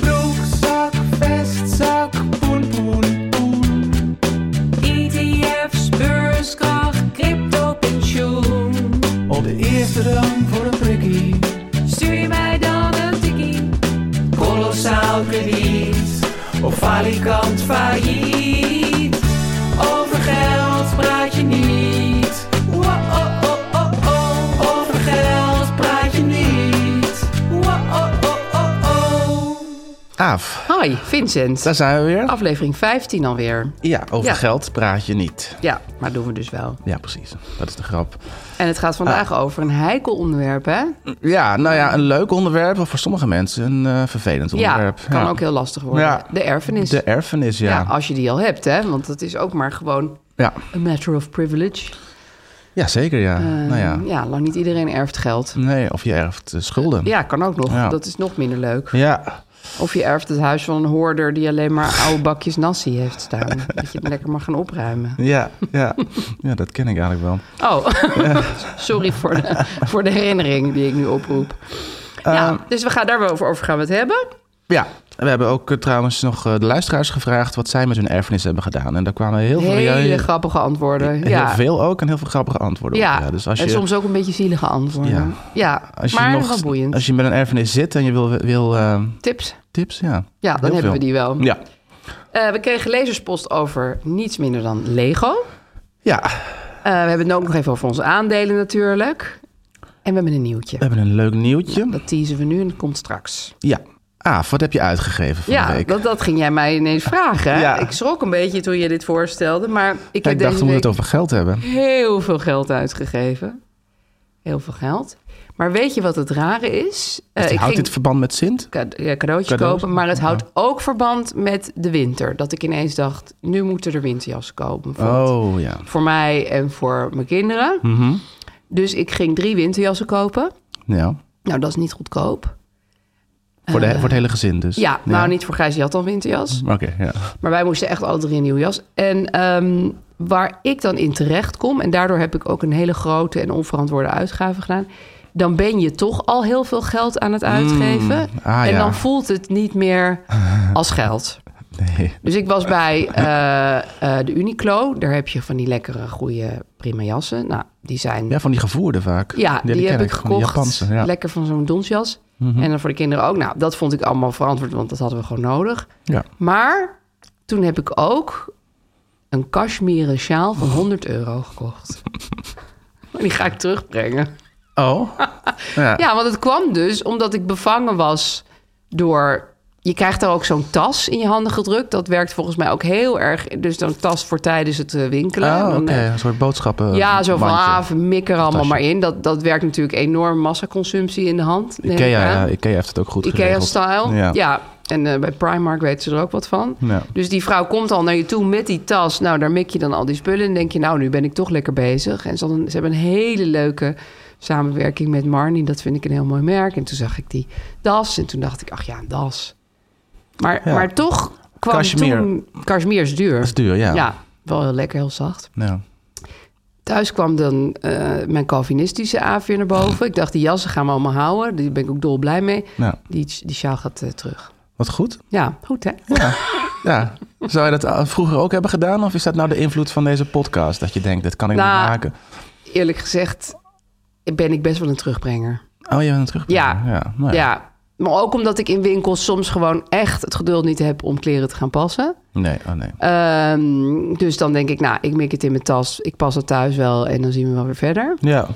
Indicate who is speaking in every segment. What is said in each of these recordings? Speaker 1: Broekzak, vestzak, poen, poen, poen. ETF's, beurskracht, crypto, pensioen.
Speaker 2: Op de eerste rang voor een prikkie.
Speaker 1: Stuur je mij dan een tikkie? Kolossaal krediet. Of falikant failliet. Over geld praat je niet. oh, Wow-oh-oh-oh-oh. oh. Over geld praat je niet. oh, Wow-oh-oh-oh-oh.
Speaker 2: Aaf,
Speaker 3: Hi, Vincent.
Speaker 2: daar zijn we weer.
Speaker 3: Aflevering 15 alweer.
Speaker 2: Ja, over
Speaker 3: Ja.
Speaker 2: geld praat je niet.
Speaker 3: Ja, maar doen we dus wel.
Speaker 2: Ja, precies. Dat is de grap.
Speaker 3: En het gaat vandaag
Speaker 2: Ah.
Speaker 3: over een heikel onderwerp, hè?
Speaker 2: Ja, nou ja, een leuk onderwerp. Of voor sommige mensen een eh, vervelend
Speaker 3: Ja,
Speaker 2: onderwerp.
Speaker 3: kan ook heel lastig worden.
Speaker 2: Ja.
Speaker 3: De erfenis.
Speaker 2: De erfenis, ja.
Speaker 3: Ja, als je die al hebt, hè? Want dat is ook maar gewoon
Speaker 2: Ja,
Speaker 3: a matter of privilege.
Speaker 2: ja zeker ja. nou ja.
Speaker 3: Ehm, Ja, lang niet iedereen erft geld.
Speaker 2: Nee, of je erft eh, schulden.
Speaker 3: Ja, kan ook nog.
Speaker 2: Ja.
Speaker 3: Dat is nog minder leuk.
Speaker 2: Ja.
Speaker 3: Of je erft het huis van een hoorder die alleen maar oude bakjes nasi heeft staan. dat je het lekker mag gaan opruimen.
Speaker 2: Ja, ja. ja, dat ken ik eigenlijk wel.
Speaker 3: Oh, sorry voor de, voor de herinnering die ik nu oproep.
Speaker 2: Ehm.
Speaker 3: ja, dus we gaan daar wel over, over gaan we het hebben.
Speaker 2: Ja, we hebben ook eh, trouwens nog eh, de luisteraars gevraagd wat zij met hun erfenis hebben gedaan. En daar kwamen heel veel,
Speaker 3: Hele
Speaker 2: reacties-
Speaker 3: grappige antwoorden.
Speaker 2: heel
Speaker 3: Ja.
Speaker 2: veel ook en heel veel grappige antwoorden op.
Speaker 3: Ja,
Speaker 2: Ja, dus als
Speaker 3: en
Speaker 2: je,
Speaker 3: soms ook een beetje zielige antwoorden.
Speaker 2: Ja.
Speaker 3: Ja,
Speaker 2: als je
Speaker 3: maar
Speaker 2: nog,
Speaker 3: wel boeiend.
Speaker 2: Als je met een erfenis zit en je wil, wil eh,
Speaker 3: Tips?
Speaker 2: tips, ja.
Speaker 3: Ja, dan
Speaker 2: Heel
Speaker 3: hebben we
Speaker 2: veel.
Speaker 3: die wel.
Speaker 2: Ja.
Speaker 3: Eh, we kregen lezerspost over niets minder dan Lego.
Speaker 2: ja,
Speaker 3: Eh, we hebben het ook nog even over onze aandelen natuurlijk. En we hebben een nieuwtje.
Speaker 2: we hebben een leuk nieuwtje.
Speaker 3: Dat teasen we nu en dat komt straks.
Speaker 2: Ja. Aaf, wat heb je uitgegeven van de
Speaker 3: Ja,
Speaker 2: week?
Speaker 3: dat, dat ging jij mij ineens vragen. hè?
Speaker 2: Ja.
Speaker 3: Ik schrok een beetje toen je dit voorstelde. Maar ik Eh, heb
Speaker 2: ik dacht,
Speaker 3: deze
Speaker 2: we moeten
Speaker 3: week
Speaker 2: het over geld hebben.
Speaker 3: heel veel geld uitgegeven. Heel veel geld. Maar weet je wat het rare is? Eh,
Speaker 2: Houdt
Speaker 3: ik ging-
Speaker 2: dit verband met Sint?
Speaker 3: cade- ja, cadeautje
Speaker 2: Cadeaus?
Speaker 3: kopen. Maar het houdt ook verband met de winter. Dat ik ineens dacht, nu moeten er winterjassen komen. bijvoorbeeld.
Speaker 2: Oh, ja.
Speaker 3: Voor mij en voor mijn kinderen. Dus ik ging drie winterjassen kopen.
Speaker 2: ja.
Speaker 3: Nou, dat is niet goedkoop.
Speaker 2: Voor, de, voor het hele gezin dus?
Speaker 3: Eh. Ja, nou niet voor Gijs, die had al een winterjas.
Speaker 2: Oké, ja.
Speaker 3: Maar wij moesten echt alle drie een nieuw jas. En ehm, waar ik dan in terecht kom, en daardoor heb ik ook een hele grote en onverantwoorde uitgave gedaan. Dan ben je toch al heel veel geld aan het uitgeven.
Speaker 2: Mm. ah,
Speaker 3: en
Speaker 2: ja.
Speaker 3: dan voelt het niet meer als geld.
Speaker 2: Nee.
Speaker 3: Dus ik was bij eh, eh, de Uniqlo. Daar heb je van die lekkere, goede, prima jassen. Nou, die zijn... Ja,
Speaker 2: Ja, van die gevoerde vaak.
Speaker 3: die,
Speaker 2: ken
Speaker 3: heb ik
Speaker 2: van die
Speaker 3: gekocht.
Speaker 2: Japanse, ja. Mhm.
Speaker 3: Lekker van zo'n donsjas. En dan voor de kinderen ook. Nou, dat vond ik allemaal verantwoord, want dat hadden we gewoon nodig.
Speaker 2: Ja.
Speaker 3: Maar toen heb ik ook een cashmere sjaal van 100 euro gekocht. Maar die ga ik terugbrengen.
Speaker 2: Oh? ja.
Speaker 3: Ja, want het kwam dus omdat ik bevangen was door... Je krijgt daar ook zo'n tas in je handen gedrukt. Dat werkt volgens mij ook heel erg. Dus dan tas voor tijdens het eh, winkelen.
Speaker 2: Oh,
Speaker 3: En
Speaker 2: oké.
Speaker 3: dan, eh,
Speaker 2: Een soort boodschappen.
Speaker 3: Ja, zo van
Speaker 2: mandje.
Speaker 3: ah, mik er allemaal
Speaker 2: Tasje.
Speaker 3: maar in. Dat, dat werkt natuurlijk enorm massaconsumptie in de hand. neem ik
Speaker 2: Ikea,
Speaker 3: aan.
Speaker 2: ja. Ikea heeft het ook goed geregeld.
Speaker 3: Ikea-style. Ja.
Speaker 2: Ja.
Speaker 3: En eh, bij Primark weten ze er ook wat van.
Speaker 2: Ja.
Speaker 3: Dus die vrouw komt al naar je toe met die tas. Nou, daar mik je dan al die spullen. En denk je, nou, nu ben ik toch lekker bezig. En ze, hadden- ze hebben een hele leuke samenwerking met Marni. Dat vind ik een heel mooi merk. En toen zag ik die das. En toen dacht ik, ach ja, een das. Maar,
Speaker 2: Ja.
Speaker 3: maar toch kwam
Speaker 2: Cashmere.
Speaker 3: toen... Cashmere is duur.
Speaker 2: Dat is duur, ja.
Speaker 3: Ja, wel heel lekker, heel zacht.
Speaker 2: Ja.
Speaker 3: Thuis kwam dan eh, mijn Calvinistische aaf weer naar boven. Ik dacht, die jassen gaan we allemaal houden. Daar ben ik ook dolblij mee.
Speaker 2: Ja.
Speaker 3: Die, die sjaal gaat eh, terug.
Speaker 2: Wat goed.
Speaker 3: Ja, goed hè?
Speaker 2: Ja. Zou je dat eh, vroeger ook hebben gedaan? Of is dat nou de invloed van deze podcast? Dat je denkt, dat kan ik
Speaker 3: Nou,
Speaker 2: niet maken.
Speaker 3: Eerlijk gezegd ben ik best wel een terugbrenger.
Speaker 2: Oh, je bent terug.
Speaker 3: Ja.
Speaker 2: ja. nou ja.
Speaker 3: Ja, maar ook omdat ik in winkels soms gewoon echt het geduld niet heb om kleren te gaan passen.
Speaker 2: Nee, oh nee.
Speaker 3: Ehm, dus dan denk ik, nou, ik mik het in mijn tas, ik pas het thuis wel en dan zien we wel weer verder.
Speaker 2: Ja.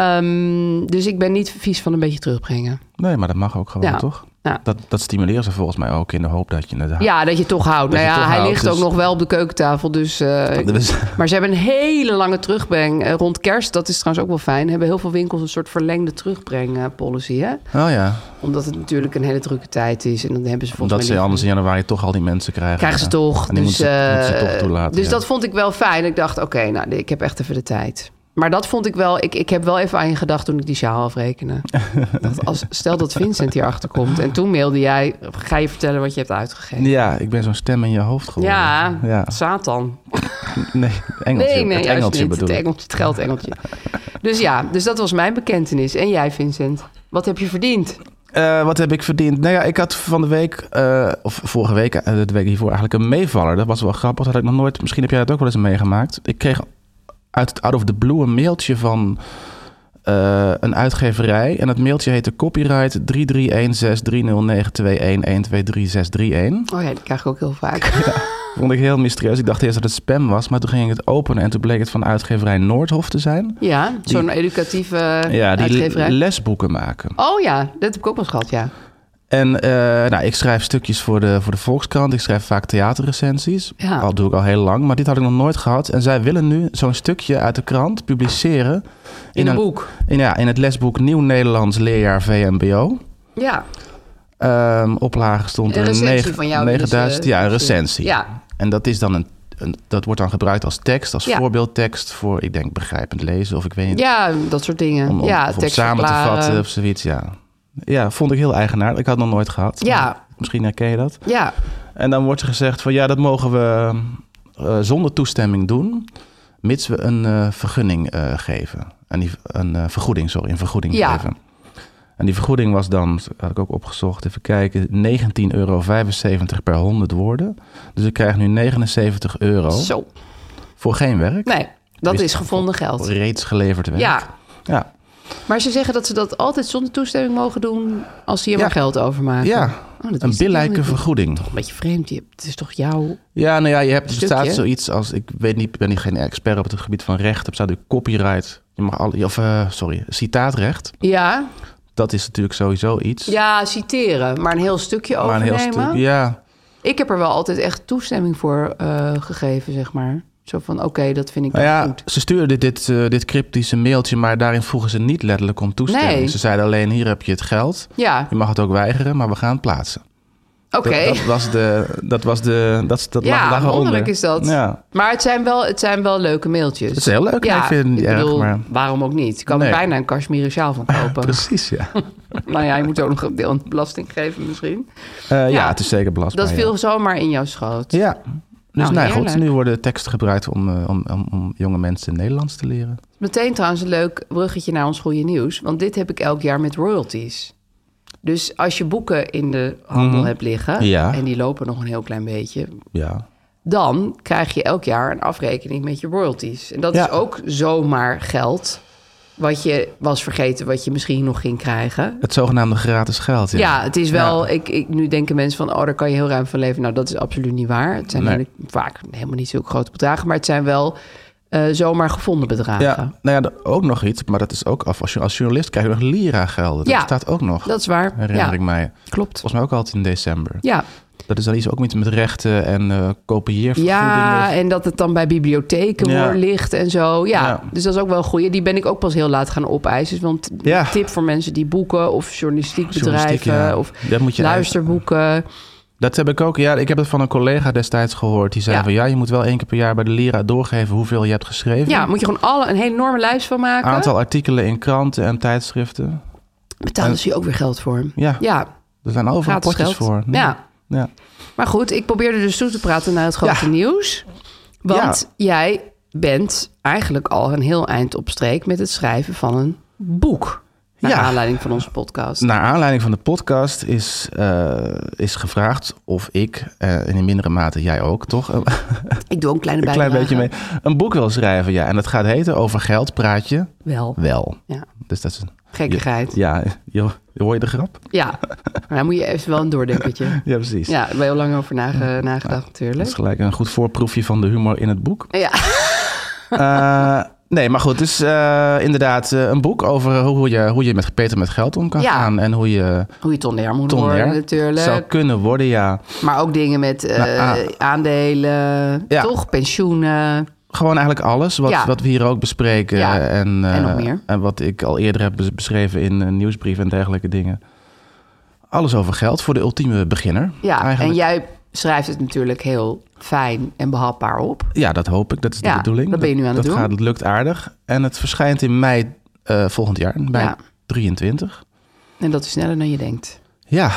Speaker 3: Ehm, dus ik ben niet vies van een beetje terugbrengen.
Speaker 2: Nee, maar dat mag ook gewoon,
Speaker 3: Ja.
Speaker 2: toch?
Speaker 3: Ja.
Speaker 2: Dat, dat stimuleren ze volgens mij ook in de hoop dat je het
Speaker 3: Ja, dat je het toch houdt.
Speaker 2: Dat
Speaker 3: nou
Speaker 2: je
Speaker 3: ja,
Speaker 2: het toch
Speaker 3: hij
Speaker 2: houdt,
Speaker 3: ligt
Speaker 2: dus-
Speaker 3: ook nog wel op de keukentafel. Dus, eh, ik-
Speaker 2: Dus-
Speaker 3: Maar ze hebben een hele lange terugbreng. Eh, rond kerst, dat is trouwens ook wel fijn, hebben heel veel winkels een soort verlengde terugbreng eh, policy. Hè?
Speaker 2: Oh ja,
Speaker 3: Omdat het natuurlijk een hele drukke tijd is. En dan hebben ze volgens
Speaker 2: omdat
Speaker 3: mij
Speaker 2: ze
Speaker 3: liever-
Speaker 2: anders in januari toch al die mensen krijgen.
Speaker 3: krijgen ze
Speaker 2: Ja.
Speaker 3: toch.
Speaker 2: En die
Speaker 3: dus
Speaker 2: moeten ze, moeten ze
Speaker 3: eh,
Speaker 2: toch toelaten.
Speaker 3: dus
Speaker 2: ja.
Speaker 3: dat vond ik wel fijn. Ik dacht, oké, nou, ik heb echt even de tijd. Maar dat vond ik wel. Ik, ik heb wel even aan je gedacht toen ik die sjaal afrekende. Ik dacht, als, stel dat Vincent hierachter komt. En toen mailde jij: ga je vertellen wat je hebt uitgegeven?
Speaker 2: Ja, ik ben zo'n stem in je hoofd geworden.
Speaker 3: Ja,
Speaker 2: ja.
Speaker 3: Satan.
Speaker 2: Nee, het Engeltje,
Speaker 3: nee, nee,
Speaker 2: het
Speaker 3: juist
Speaker 2: Engeltje
Speaker 3: niet.
Speaker 2: bedoel
Speaker 3: Het
Speaker 2: ik.
Speaker 3: Engeltje, het geldengeltje. dus ja, dus dat was mijn bekentenis. En jij, Vincent? Wat heb je verdiend?
Speaker 2: Eh, wat heb ik verdiend? Nou ja, ik had van de week, eh, of vorige week, eh, de week hiervoor eigenlijk een meevaller. Dat was wel grappig. Dat had ik nog nooit, misschien heb jij dat ook wel eens meegemaakt. Ik kreeg uit het Out of the Blue een mailtje van eh, een uitgeverij. En dat mailtje heette copyright 331630921123631.
Speaker 3: Oh ja, die krijg ik ook heel vaak.
Speaker 2: Vond ik heel mysterieus. Ik dacht eerst dat het spam was, maar toen ging ik het openen. En toen bleek het van uitgeverij Noordhof te zijn.
Speaker 3: Ja, zo'n educatieve
Speaker 2: Ja, die
Speaker 3: uitgeverij.
Speaker 2: lesboeken maken.
Speaker 3: Oh ja, dat heb ik ook wel eens gehad, ja.
Speaker 2: En eh, nou, ik schrijf stukjes voor de, voor de Volkskrant. Ik schrijf vaak theaterrecensies.
Speaker 3: Ja.
Speaker 2: Al doe ik al heel lang. Maar dit had ik nog nooit gehad. En zij willen nu zo'n stukje uit de krant publiceren. In,
Speaker 3: een
Speaker 2: een-
Speaker 3: boek.
Speaker 2: In, ja, in het lesboek Nieuw Nederlands Leerjaar VMBO.
Speaker 3: Ja,
Speaker 2: Ehm oplage stond
Speaker 3: een
Speaker 2: er
Speaker 3: recensie
Speaker 2: negen-
Speaker 3: van jou.
Speaker 2: 9000.
Speaker 3: dus, eh,
Speaker 2: ja, een recensie.
Speaker 3: Ja,
Speaker 2: En dat, is dan een, een- dat wordt dan gebruikt als tekst, als
Speaker 3: Ja.
Speaker 2: voorbeeldtekst voor, ik denk, begrijpend lezen of ik weet niet.
Speaker 3: ja dat soort dingen.
Speaker 2: om, om-
Speaker 3: ja,
Speaker 2: of om
Speaker 3: tekst
Speaker 2: samen te
Speaker 3: verklaren.
Speaker 2: vatten of zoiets. Ja. ja, vond ik heel eigenaardig. Ik had het nog nooit gehad.
Speaker 3: Ja.
Speaker 2: Maar Misschien herken je dat.
Speaker 3: Ja,
Speaker 2: En dan wordt er gezegd van ja, dat mogen we eh, zonder toestemming doen, mits we een eh, vergunning eh, geven. En die, een eh, vergoeding, sorry, een vergoeding
Speaker 3: Ja.
Speaker 2: geven. En die vergoeding was dan, had ik ook opgezocht, even kijken, 19,75 euro per 100 woorden. Dus ik krijg nu 79 euro
Speaker 3: zo.
Speaker 2: voor geen werk.
Speaker 3: Nee, dat
Speaker 2: Oh. Wist- Oh,
Speaker 3: is gevonden
Speaker 2: Voor
Speaker 3: geld.
Speaker 2: Reeds geleverd werk.
Speaker 3: Ja,
Speaker 2: Ja.
Speaker 3: maar ze zeggen dat ze dat altijd zonder toestemming mogen doen... als ze je
Speaker 2: Ja.
Speaker 3: maar geld overmaken.
Speaker 2: Ja.
Speaker 3: Oh, dat
Speaker 2: Een
Speaker 3: wist ik
Speaker 2: billijke
Speaker 3: helemaal niet.
Speaker 2: vergoeding.
Speaker 3: Een beetje vreemd, je- het is toch jouw...
Speaker 2: Ja, nou ja, je hebt, er
Speaker 3: Stukje.
Speaker 2: bestaat zoiets als, ik weet niet, ik ben niet geen expert op het gebied van recht, er bestaat natuurlijk copyright, je mag al, of eh, sorry, citaatrecht.
Speaker 3: Ja,
Speaker 2: Dat is natuurlijk sowieso iets.
Speaker 3: ja, citeren, maar een heel stukje
Speaker 2: maar een
Speaker 3: overnemen.
Speaker 2: heel stuk, ja.
Speaker 3: Ik heb er wel altijd echt toestemming voor eh, gegeven, zeg maar. Zo van, oké, dat vind ik
Speaker 2: Nou ja,
Speaker 3: goed.
Speaker 2: ze stuurden dit, dit, eh, dit cryptische mailtje, maar daarin vroegen ze niet letterlijk om toestemming.
Speaker 3: Nee.
Speaker 2: Ze zeiden alleen, hier heb je het geld,
Speaker 3: Ja,
Speaker 2: je mag het ook weigeren, maar we gaan het plaatsen.
Speaker 3: oké.
Speaker 2: Dat, dat was de, dat was de, dat, dat
Speaker 3: Ja,
Speaker 2: lag daaronder.
Speaker 3: wonderlijk is dat.
Speaker 2: Ja,
Speaker 3: Maar het zijn, wel, het zijn wel leuke mailtjes.
Speaker 2: dat is heel leuk. Ja, ik vind het niet erg,
Speaker 3: bedoel,
Speaker 2: maar...
Speaker 3: waarom ook niet? Ik kan
Speaker 2: Nee.
Speaker 3: er bijna een kashmiren sjaal van kopen.
Speaker 2: Precies, ja.
Speaker 3: nou ja, je moet ook nog een deel aan de belasting geven misschien.
Speaker 2: Eh, ja,
Speaker 3: Ja,
Speaker 2: het is zeker belastbaar.
Speaker 3: Dat
Speaker 2: ja.
Speaker 3: viel zomaar in jouw schoot.
Speaker 2: Ja. Dus nou, goed,
Speaker 3: heerlijk.
Speaker 2: nu worden teksten gebruikt om, eh, om, om, om jonge mensen Nederlands te leren.
Speaker 3: Meteen trouwens een leuk bruggetje naar ons goede nieuws. Want dit heb ik elk jaar met royalties. Dus als je boeken in de handel hebt liggen...
Speaker 2: Mhm. Ja.
Speaker 3: en die lopen nog een heel klein beetje...
Speaker 2: Ja.
Speaker 3: dan krijg je elk jaar een afrekening met je royalties. En dat
Speaker 2: Ja.
Speaker 3: is ook zomaar geld... wat je was vergeten, wat je misschien nog ging krijgen.
Speaker 2: Het zogenaamde gratis geld. Ja,
Speaker 3: Ja, het is wel. Ik, ik, nu denken mensen van, oh, daar kan je heel ruim van leven. Nou, dat is absoluut niet waar. Het zijn
Speaker 2: Nee.
Speaker 3: eigenlijk vaak helemaal niet zulke grote bedragen, maar het zijn wel eh, zomaar gevonden bedragen.
Speaker 2: Ja, nou ja, d- ook nog iets, maar dat is ook af. Als, je, als journalist krijg je nog Lira-gelden. Dat
Speaker 3: Ja.
Speaker 2: staat ook nog,
Speaker 3: Dat is waar.
Speaker 2: herinner
Speaker 3: ja,
Speaker 2: ik mij.
Speaker 3: klopt.
Speaker 2: Volgens mij ook altijd in december.
Speaker 3: Ja.
Speaker 2: Dat is dan iets ook iets met rechten en eh Dus kopieervergoedingen.
Speaker 3: ja, en dat het dan bij bibliotheken
Speaker 2: Ja.
Speaker 3: hoor, ligt en zo. Ja,
Speaker 2: Ja.
Speaker 3: dus dat is ook wel een goeie. Die ben ik ook pas heel laat gaan opeisen. Want
Speaker 2: Ja.
Speaker 3: tip voor mensen die boeken of journalistiek
Speaker 2: Journalistiek,
Speaker 3: bedrijven
Speaker 2: ja.
Speaker 3: of
Speaker 2: Dat moet je
Speaker 3: luisterboeken.
Speaker 2: Dat heb ik ook. Ja, ik heb het van een collega destijds gehoord. Die zei
Speaker 3: Ja.
Speaker 2: van ja, je moet wel één keer per jaar bij de Lira doorgeven hoeveel je hebt geschreven.
Speaker 3: Ja, moet je gewoon alle, een hele enorme lijst van maken.
Speaker 2: Aantal artikelen in kranten en tijdschriften.
Speaker 3: Betalen ze je ook weer geld voor.
Speaker 2: Ja.
Speaker 3: ja
Speaker 2: Er zijn overal
Speaker 3: Gratis
Speaker 2: potjes
Speaker 3: geld.
Speaker 2: voor.
Speaker 3: Ja.
Speaker 2: ja.
Speaker 3: Maar goed, ik probeerde dus toe te praten naar het grote
Speaker 2: Ja.
Speaker 3: nieuws. Want jij bent eigenlijk al een heel eind op streek met het schrijven van een boek. Naar
Speaker 2: Ja.
Speaker 3: aanleiding van onze podcast.
Speaker 2: Naar aanleiding van de podcast is, eh, is gevraagd of ik, eh, en in mindere mate jij ook, toch? Een,
Speaker 3: ik doe ook een kleine bijdrage.
Speaker 2: een klein beetje mee. Een boek wil schrijven, ja. En dat gaat heten Over geld praat je
Speaker 3: Wel.
Speaker 2: wel.
Speaker 3: Ja,
Speaker 2: Dus dat is een.
Speaker 3: gekkigheid. Ja.
Speaker 2: Ja, je, hoor je de grap?
Speaker 3: Maar dan moet je even wel een doordenkertje.
Speaker 2: Ja, precies.
Speaker 3: Ja, daar ben je heel lang over nage- nagedacht
Speaker 2: Dat is
Speaker 3: natuurlijk.
Speaker 2: gelijk een goed voorproefje van de humor in het boek.
Speaker 3: Ja,
Speaker 2: Eh, nee, maar goed, dus eh, inderdaad eh, een boek over hoe je, hoe je met, beter met geld om kan
Speaker 3: Ja.
Speaker 2: gaan. En hoe je
Speaker 3: hoe je tonner moet worden
Speaker 2: tonair
Speaker 3: natuurlijk.
Speaker 2: zou kunnen worden, ja.
Speaker 3: Maar ook dingen met eh,
Speaker 2: Nou,
Speaker 3: aandelen,
Speaker 2: Ja.
Speaker 3: toch? Pensioenen.
Speaker 2: Gewoon eigenlijk alles wat,
Speaker 3: Ja.
Speaker 2: wat we hier ook bespreken.
Speaker 3: Ja,
Speaker 2: En, eh,
Speaker 3: en nog meer.
Speaker 2: En wat ik al eerder heb bes- beschreven in eh, nieuwsbrieven en dergelijke dingen. Alles over geld voor de ultieme beginner.
Speaker 3: Ja,
Speaker 2: eigenlijk.
Speaker 3: en jij schrijft het natuurlijk heel fijn en behapbaar op.
Speaker 2: Ja, dat hoop ik. Dat is de
Speaker 3: Ja,
Speaker 2: bedoeling.
Speaker 3: dat ben je nu aan het
Speaker 2: dat
Speaker 3: doen.
Speaker 2: Gaat, dat lukt aardig. En het verschijnt in mei eh, volgend jaar, bij
Speaker 3: Ja.
Speaker 2: 23.
Speaker 3: En dat is sneller dan je denkt.
Speaker 2: Ja,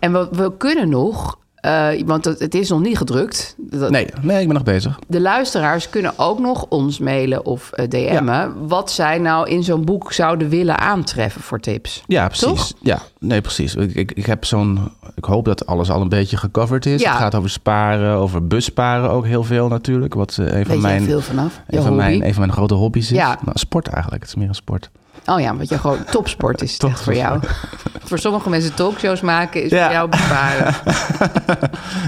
Speaker 3: En we, we kunnen nog, eh, want het, het is nog niet gedrukt. Dat-
Speaker 2: nee, nee, ik ben nog bezig.
Speaker 3: De luisteraars kunnen ook nog ons mailen of eh, DM'en. Wat zij nou in zo'n boek zouden willen aantreffen voor tips.
Speaker 2: Ja, precies.
Speaker 3: Toch?
Speaker 2: Ja, nee, precies. Ik, ik, ik heb zo'n. Ik hoop dat alles al een beetje gecoverd is.
Speaker 3: Ja.
Speaker 2: Het gaat over sparen, over bussparen ook heel veel natuurlijk. Wat eh, een
Speaker 3: Weet
Speaker 2: van
Speaker 3: jij
Speaker 2: mijn.
Speaker 3: veel vanaf? Je
Speaker 2: Een van,
Speaker 3: hobby?
Speaker 2: mijn, een van mijn grote hobby's is.
Speaker 3: Ja.
Speaker 2: Nou, sport eigenlijk. Het is meer een sport.
Speaker 3: Oh ja, want je gewoon topsport is het echt voor jou. voor sommige mensen talkshows maken is
Speaker 2: Ja. Nou,
Speaker 3: voor jou besparen.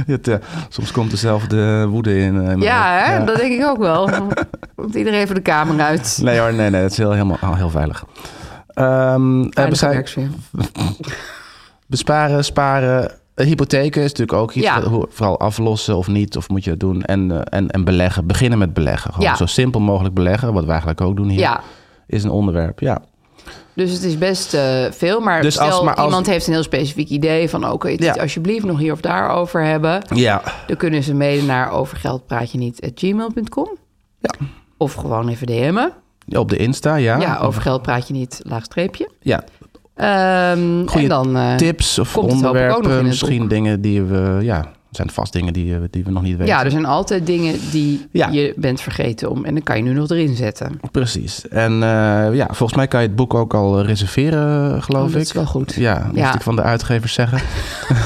Speaker 2: Het, eh, soms komt dezelfde woede in. eh, me
Speaker 3: ja,
Speaker 2: op.
Speaker 3: hè? dat denk ik ook wel. Want iedereen even de kamer uit.
Speaker 2: Nee hoor, nee, nee. Het is heel, helemaal, al heel veilig. Ehm, eh,
Speaker 3: Veilige
Speaker 2: bespa-
Speaker 3: werksfeer.
Speaker 2: besparen, sparen. Eh, Hypotheken is natuurlijk ook iets.
Speaker 3: Ja.
Speaker 2: wat- hoe- Vooral aflossen of niet, of moet je het doen. En, eh, en, en beleggen. Beginnen met beleggen. Gewoon
Speaker 3: Ja.
Speaker 2: zo simpel mogelijk beleggen. Wat we eigenlijk ook doen hier.
Speaker 3: Ja,
Speaker 2: Is een onderwerp, ja.
Speaker 3: dus het is best eh, veel. Maar
Speaker 2: Dus als-
Speaker 3: stel,
Speaker 2: maar als-
Speaker 3: iemand heeft een heel specifiek idee van... oké, kun je het
Speaker 2: Ja.
Speaker 3: niet alsjeblieft nog hier of daar over hebben...
Speaker 2: Ja,
Speaker 3: dan kunnen ze mailen naar overgeldpraatjeniet.gmail.com.
Speaker 2: Ja. Ah.
Speaker 3: Of gewoon even DM'en.
Speaker 2: op de Insta, ja.
Speaker 3: Ja, over geld praat je niet, laagstreepje.
Speaker 2: Ja,
Speaker 3: Ehm
Speaker 2: Goeie
Speaker 3: en dan eh,
Speaker 2: tips of
Speaker 3: komt het hoop ik ook nog in
Speaker 2: onderwerpen.
Speaker 3: het
Speaker 2: Misschien dingen die we... Ja, er zijn vast dingen die, eh, die we nog niet weten.
Speaker 3: Ja, dus- er zijn altijd dingen die
Speaker 2: Ja.
Speaker 3: je bent vergeten om. En dan kan je nu nog erin zetten.
Speaker 2: Precies. En eh, ja, volgens mij kan je het boek ook al eh, reserveren, eh, geloof
Speaker 3: Oh,
Speaker 2: ik.
Speaker 3: dat is wel goed.
Speaker 2: Ja, moest
Speaker 3: Ja.
Speaker 2: ik van de uitgevers zeggen.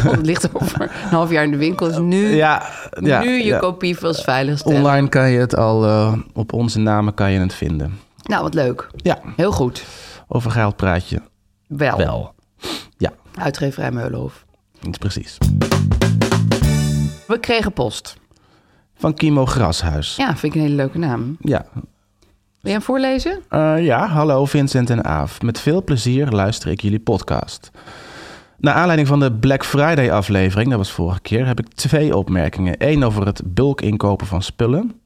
Speaker 3: Want het ligt over een half jaar in de winkel. Dus nu,
Speaker 2: ja, ja.
Speaker 3: nu je
Speaker 2: ja.
Speaker 3: kopie vast veilig stellen.
Speaker 2: Online kan je het al... eh, op onze namen kan je het vinden.
Speaker 3: Nou, wat leuk.
Speaker 2: Ja,
Speaker 3: Heel goed.
Speaker 2: over geld praat je
Speaker 3: Wel.
Speaker 2: wel. Ja,
Speaker 3: Uitgeverij Meulenhof.
Speaker 2: precies.
Speaker 3: We kregen post.
Speaker 2: Van Kimo Grashuis.
Speaker 3: Ja, vind ik een hele leuke naam.
Speaker 2: ja,
Speaker 3: Wil jij hem voorlezen?
Speaker 2: Eh, ja, hallo Vincent en Aaf. Met veel plezier luister ik jullie podcast. Naar aanleiding van de Black Friday aflevering, dat was vorige keer, heb ik twee opmerkingen. Eén over het bulk inkopen van spullen.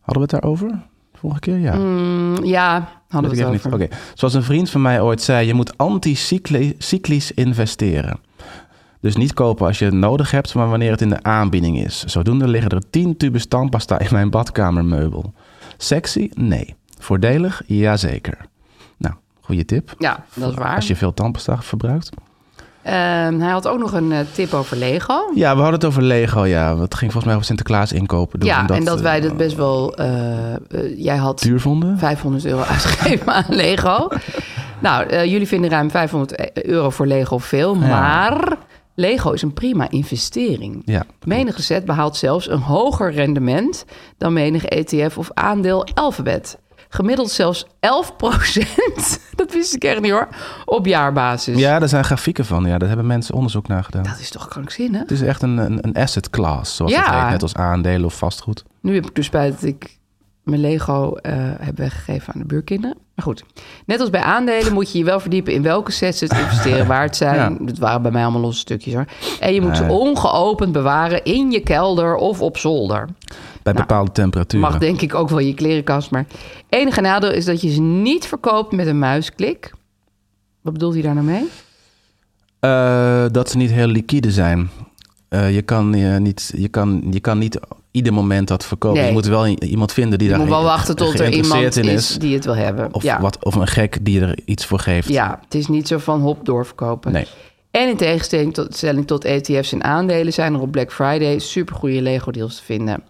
Speaker 2: Hadden we het daarover? Vorige keer, ja.
Speaker 3: Mm, ja, hadden
Speaker 2: Weet
Speaker 3: we
Speaker 2: ik
Speaker 3: het
Speaker 2: even
Speaker 3: over.
Speaker 2: niet. Oké. Zoals een vriend van mij ooit zei, je moet anticyclisch investeren. Dus niet kopen als je het nodig hebt, maar wanneer het in de aanbieding is. Zodoende liggen er 10 tubes tandpasta in mijn badkamermeubel. Sexy? Nee. Voordelig? Jazeker. Nou, goede tip.
Speaker 3: Ja, dat is waar.
Speaker 2: Als je veel tandpasta verbruikt.
Speaker 3: Ehm, hij had ook nog een eh, tip over Lego.
Speaker 2: Ja, we hadden het over Lego. Ja, dat ging volgens mij over Sinterklaas inkopen. doen,
Speaker 3: ja, en dat
Speaker 2: eh,
Speaker 3: wij dat best wel... eh, eh, jij had
Speaker 2: duur vonden.
Speaker 3: 500 euro uitgegeven aan Lego. nou, eh, jullie vinden ruim 500 e- euro voor Lego veel, maar Lego is een prima investering.
Speaker 2: Ja.
Speaker 3: Menige set behaalt zelfs een hoger rendement dan menig ETF of aandeel Alphabet. Gemiddeld zelfs 11 dat wist ik echt niet hoor, op jaarbasis.
Speaker 2: Ja, daar zijn grafieken van. Ja, daar hebben mensen onderzoek naar gedaan.
Speaker 3: Dat is toch krankzinnig?
Speaker 2: Het is echt een, een, een asset class, zoals
Speaker 3: Ja.
Speaker 2: het heet, net als aandelen of vastgoed.
Speaker 3: Nu heb ik dus spijt dat ik mijn Lego eh, heb weggegeven aan de buurkinderen. Maar goed, net als bij aandelen moet je je wel verdiepen in welke sets het investeren waard zijn.
Speaker 2: Ja.
Speaker 3: Dat waren bij mij allemaal losse stukjes hoor. En je moet ze ongeopend bewaren in je kelder of op zolder.
Speaker 2: Bij bepaalde temperaturen.
Speaker 3: Nou, Mag denk ik ook wel je klerenkast, maar enige nadeel is dat je ze niet verkoopt met een muisklik. Wat bedoelt hij daar nou mee?
Speaker 2: Eh, dat ze niet heel liquide zijn. Eh, je, kan, eh, niet, je, kan, je kan niet ieder moment dat verkopen.
Speaker 3: Nee.
Speaker 2: Je moet wel i- iemand vinden die
Speaker 3: Je
Speaker 2: daar
Speaker 3: moet wel
Speaker 2: ge-
Speaker 3: wachten tot er
Speaker 2: geïnteresseerd
Speaker 3: iemand
Speaker 2: in
Speaker 3: is die het wil hebben.
Speaker 2: Of,
Speaker 3: ja.
Speaker 2: wat, of een gek die er iets voor geeft.
Speaker 3: ja, het is niet zo van hop doorverkopen.
Speaker 2: Nee.
Speaker 3: En in tegenstelling tot, stelling tot ETF's en aandelen zijn er op Black Friday supergoeie Lego deals te vinden.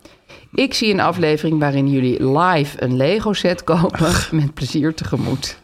Speaker 3: Ik zie een aflevering waarin jullie live een Lego set kopen met plezier tegemoet.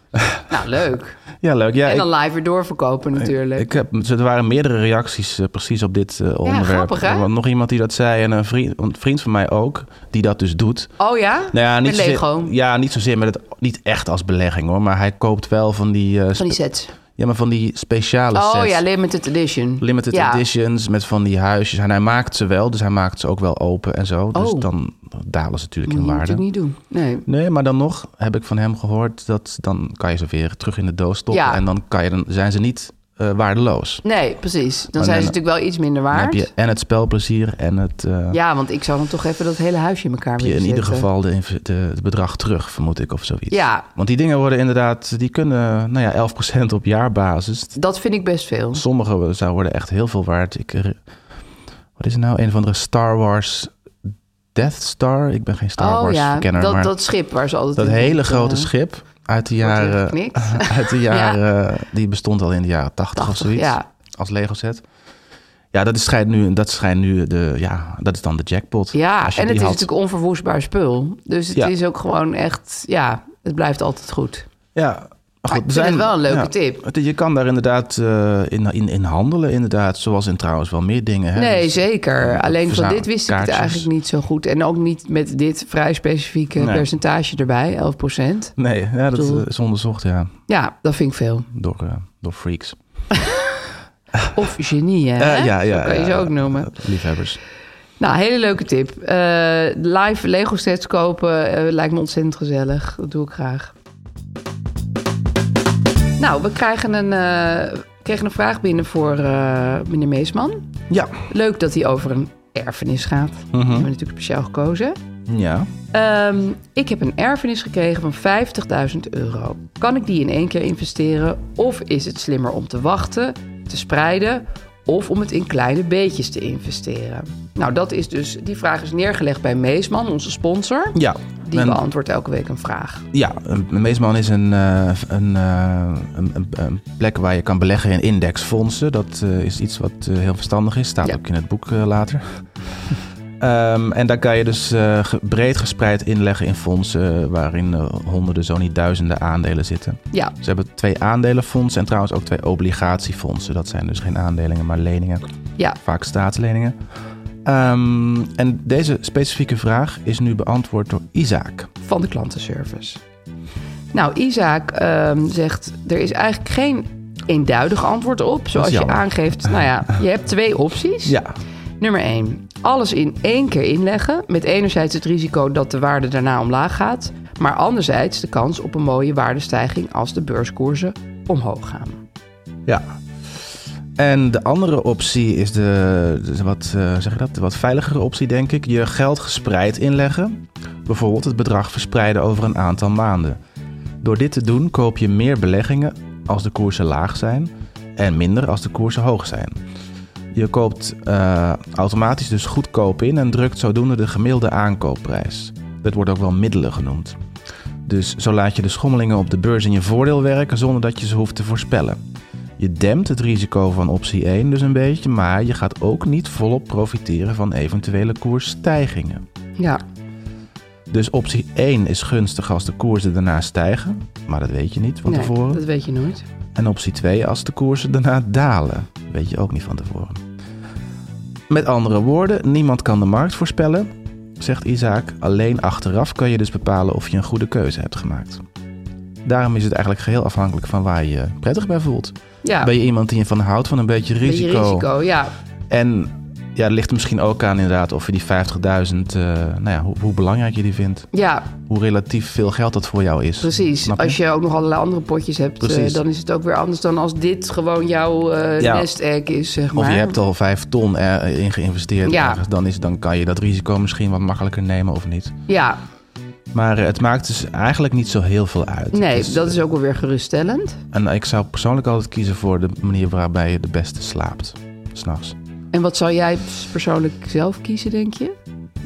Speaker 3: Nou, leuk.
Speaker 2: Ja, leuk. Ja,
Speaker 3: en
Speaker 2: ik-
Speaker 3: dan live weer doorverkopen natuurlijk.
Speaker 2: Ik heb, dus er waren meerdere reacties eh, precies op dit eh, onderwerp.
Speaker 3: grappig, hè?
Speaker 2: Want nog iemand die dat zei en een vriend, een vriend van mij ook, die dat dus doet.
Speaker 3: oh ja?
Speaker 2: Nou ja, niet
Speaker 3: Met Lego.
Speaker 2: Zozeer, ja, niet zozeer met het, niet echt als belegging hoor, maar hij koopt wel van die, eh,
Speaker 3: Van die
Speaker 2: spe-
Speaker 3: sets.
Speaker 2: ja, maar van die speciale
Speaker 3: Oh
Speaker 2: sets.
Speaker 3: ja, limited edition.
Speaker 2: Limited
Speaker 3: Ja.
Speaker 2: editions met van die huisjes. En hij maakt ze wel, dus hij maakt ze ook wel open en zo. Dus
Speaker 3: Oh.
Speaker 2: dan dalen ze natuurlijk
Speaker 3: Moet
Speaker 2: in
Speaker 3: je
Speaker 2: waarde.
Speaker 3: natuurlijk niet doen. Nee.
Speaker 2: Nee, maar dan nog heb ik van hem gehoord dat dan kan je ze weer terug in de doos stoppen.
Speaker 3: Ja.
Speaker 2: En dan, kan je, dan zijn ze niet eh, waardeloos.
Speaker 3: Nee, precies. Dan
Speaker 2: Maar
Speaker 3: zijn
Speaker 2: dan-
Speaker 3: ze natuurlijk wel iets minder
Speaker 2: Dan
Speaker 3: waard.
Speaker 2: heb je en het spelplezier en het. eh,
Speaker 3: Ja, want ik zou dan toch even dat hele huisje in elkaar
Speaker 2: heb je
Speaker 3: willen
Speaker 2: in ieder
Speaker 3: zetten.
Speaker 2: geval de, inv- de, het bedrag terug, vermoed ik, of zoiets.
Speaker 3: Ja.
Speaker 2: Want die dingen worden inderdaad, die kunnen, nou ja, 11% op jaarbasis.
Speaker 3: Dat vind ik best veel.
Speaker 2: Sommige zou worden echt heel veel waard. Ik, er- wat is het nou? Een van de Star Wars Death Star? Ik ben geen Star
Speaker 3: oh
Speaker 2: Wars
Speaker 3: ja,
Speaker 2: kenner,
Speaker 3: dat,
Speaker 2: maar
Speaker 3: dat schip waar ze altijd
Speaker 2: dat
Speaker 3: in
Speaker 2: hele
Speaker 3: zitten.
Speaker 2: grote schip uit de
Speaker 3: wordt hier
Speaker 2: jaren,
Speaker 3: geknikt.
Speaker 2: uit de jaren, eh, die bestond al in de jaren 80, of
Speaker 3: 80,
Speaker 2: zoiets,
Speaker 3: ja.
Speaker 2: als Lego set. Ja, dat is schijnt nu, dat schijnt nu de, ja, dat is dan de jackpot.
Speaker 3: Ja, en
Speaker 2: Als
Speaker 3: het
Speaker 2: je die
Speaker 3: is
Speaker 2: had.
Speaker 3: natuurlijk onverwoestbaar spul. Dus het
Speaker 2: Ja.
Speaker 3: is ook gewoon echt, ja, het blijft altijd goed.
Speaker 2: Ja, maar goed,
Speaker 3: ik
Speaker 2: er
Speaker 3: vind het wel een leuke tip.
Speaker 2: het- Je kan daar inderdaad eh, in, in, in handelen, inderdaad. Zoals in trouwens wel meer dingen. Hè?
Speaker 3: Nee,
Speaker 2: Dus-
Speaker 3: zeker. Alleen
Speaker 2: eh,
Speaker 3: van dit
Speaker 2: verzamelen
Speaker 3: wist ik het
Speaker 2: kaartjes.
Speaker 3: eigenlijk niet zo goed. En ook niet met dit vrij specifieke
Speaker 2: Nee.
Speaker 3: percentage erbij, 11
Speaker 2: Nee, ja, dat
Speaker 3: bedoel-
Speaker 2: eh, is onderzocht, ja.
Speaker 3: Ja, dat vind ik veel.
Speaker 2: Door, eh, door freaks.
Speaker 3: Of genie, hè?
Speaker 2: Eh, ja, ja,
Speaker 3: zo kan je
Speaker 2: ja,
Speaker 3: ze ook noemen.
Speaker 2: eh, Liefhebbers.
Speaker 3: Nou, hele leuke tip. Eh, live Lego sets kopen eh, lijkt me ontzettend gezellig. Dat doe ik graag. Nou, we krijgen een, eh, we kregen een vraag binnen voor eh, meneer Meesman.
Speaker 2: Ja.
Speaker 3: Leuk dat hij over een erfenis gaat. Die hebben we natuurlijk speciaal gekozen.
Speaker 2: Ja.
Speaker 3: Ehm, ik heb een erfenis gekregen van 50.000 euro. Kan ik die in één keer investeren? Of is het slimmer om te wachten, te spreiden of om het in kleine beetjes te investeren? Nou, dat is dus, die vraag is neergelegd bij Meesman, onze sponsor.
Speaker 2: Ja.
Speaker 3: Die
Speaker 2: En-
Speaker 3: beantwoordt elke week een vraag.
Speaker 2: Ja, een Meesman is een, eh, een, eh, een, een- een plek waar je kan beleggen in indexfondsen. Dat eh, is iets wat eh, heel verstandig is. Staat
Speaker 3: Ja.
Speaker 2: ook in het boek eh, later. Ehm, en daar kan je dus eh, ge- breed gespreid inleggen in fondsen waarin eh, honderden, zo niet duizenden aandelen zitten.
Speaker 3: Ja,
Speaker 2: Ze hebben twee aandelenfondsen en trouwens ook twee obligatiefondsen. Dat zijn dus geen aandelingen, maar leningen.
Speaker 3: ja.
Speaker 2: Vaak staatsleningen. Ehm, en deze specifieke vraag is nu beantwoord door Isaac.
Speaker 3: van de klantenservice. Nou, Isaac ehm, zegt: er is eigenlijk geen eenduidig antwoord op. Zoals je
Speaker 2: jammer.
Speaker 3: aangeeft, nou ja, je hebt twee opties.
Speaker 2: Ja,
Speaker 3: Nummer 1. Alles in één keer inleggen. Met enerzijds het risico dat de waarde daarna omlaag gaat. Maar anderzijds de kans op een mooie waardestijging als de beurskoersen omhoog gaan.
Speaker 2: Ja. En de andere optie is de, de wat, eh, zeg je dat, de wat veiligere optie, denk ik. Je geld gespreid inleggen. Bijvoorbeeld het bedrag verspreiden over een aantal maanden. Door dit te doen koop je meer beleggingen als de koersen laag zijn en minder als de koersen hoog zijn. Je koopt eh, automatisch dus goedkoop in en drukt zodoende de gemiddelde aankoopprijs. Dat wordt ook wel middelen genoemd. Dus zo laat je de schommelingen op de beurs in je voordeel werken zonder dat je ze hoeft te voorspellen. Je dempt het risico van optie 1 dus een beetje, maar je gaat ook niet volop profiteren van eventuele koersstijgingen.
Speaker 3: Ja,
Speaker 2: Dus optie 1 is gunstig als de koersen daarna stijgen, maar dat weet je niet van
Speaker 3: nee,
Speaker 2: tevoren.
Speaker 3: dat weet je nooit.
Speaker 2: En optie 2 als de koersen daarna dalen, weet je ook niet van tevoren. Met andere woorden, niemand kan de markt voorspellen, zegt Isaac. Alleen achteraf kan je dus bepalen of je een goede keuze hebt gemaakt. Daarom is het eigenlijk geheel afhankelijk van waar je je prettig bij voelt.
Speaker 3: Ja,
Speaker 2: Ben je iemand die ervan houdt van een beetje
Speaker 3: beetje
Speaker 2: risico?
Speaker 3: risico. Ja,
Speaker 2: En ja, het ligt er misschien ook aan inderdaad of je die 50.000, eh, nou ja, hoe, hoe belangrijk je die vindt.
Speaker 3: ja
Speaker 2: Hoe relatief veel geld dat voor jou is.
Speaker 3: precies.
Speaker 2: Snap je?
Speaker 3: Als je ook nog allerlei andere potjes hebt, eh,
Speaker 2: Precies.
Speaker 3: dan is het ook weer anders dan als dit gewoon jouw eh
Speaker 2: Ja.
Speaker 3: nest egg is, zeg maar.
Speaker 2: Of je hebt al 5 ton eh, in geïnvesteerd
Speaker 3: Ja.
Speaker 2: ergens, dan, is, dan kan je dat risico misschien wat makkelijker nemen of niet.
Speaker 3: Ja,
Speaker 2: Maar eh, het maakt dus eigenlijk niet zo heel veel uit.
Speaker 3: nee,
Speaker 2: Het is-
Speaker 3: dat is ook wel weer geruststellend.
Speaker 2: En ik zou persoonlijk altijd kiezen voor de manier waarbij je de beste slaapt. S'nachts.
Speaker 3: En wat zou jij persoonlijk zelf kiezen, denk je?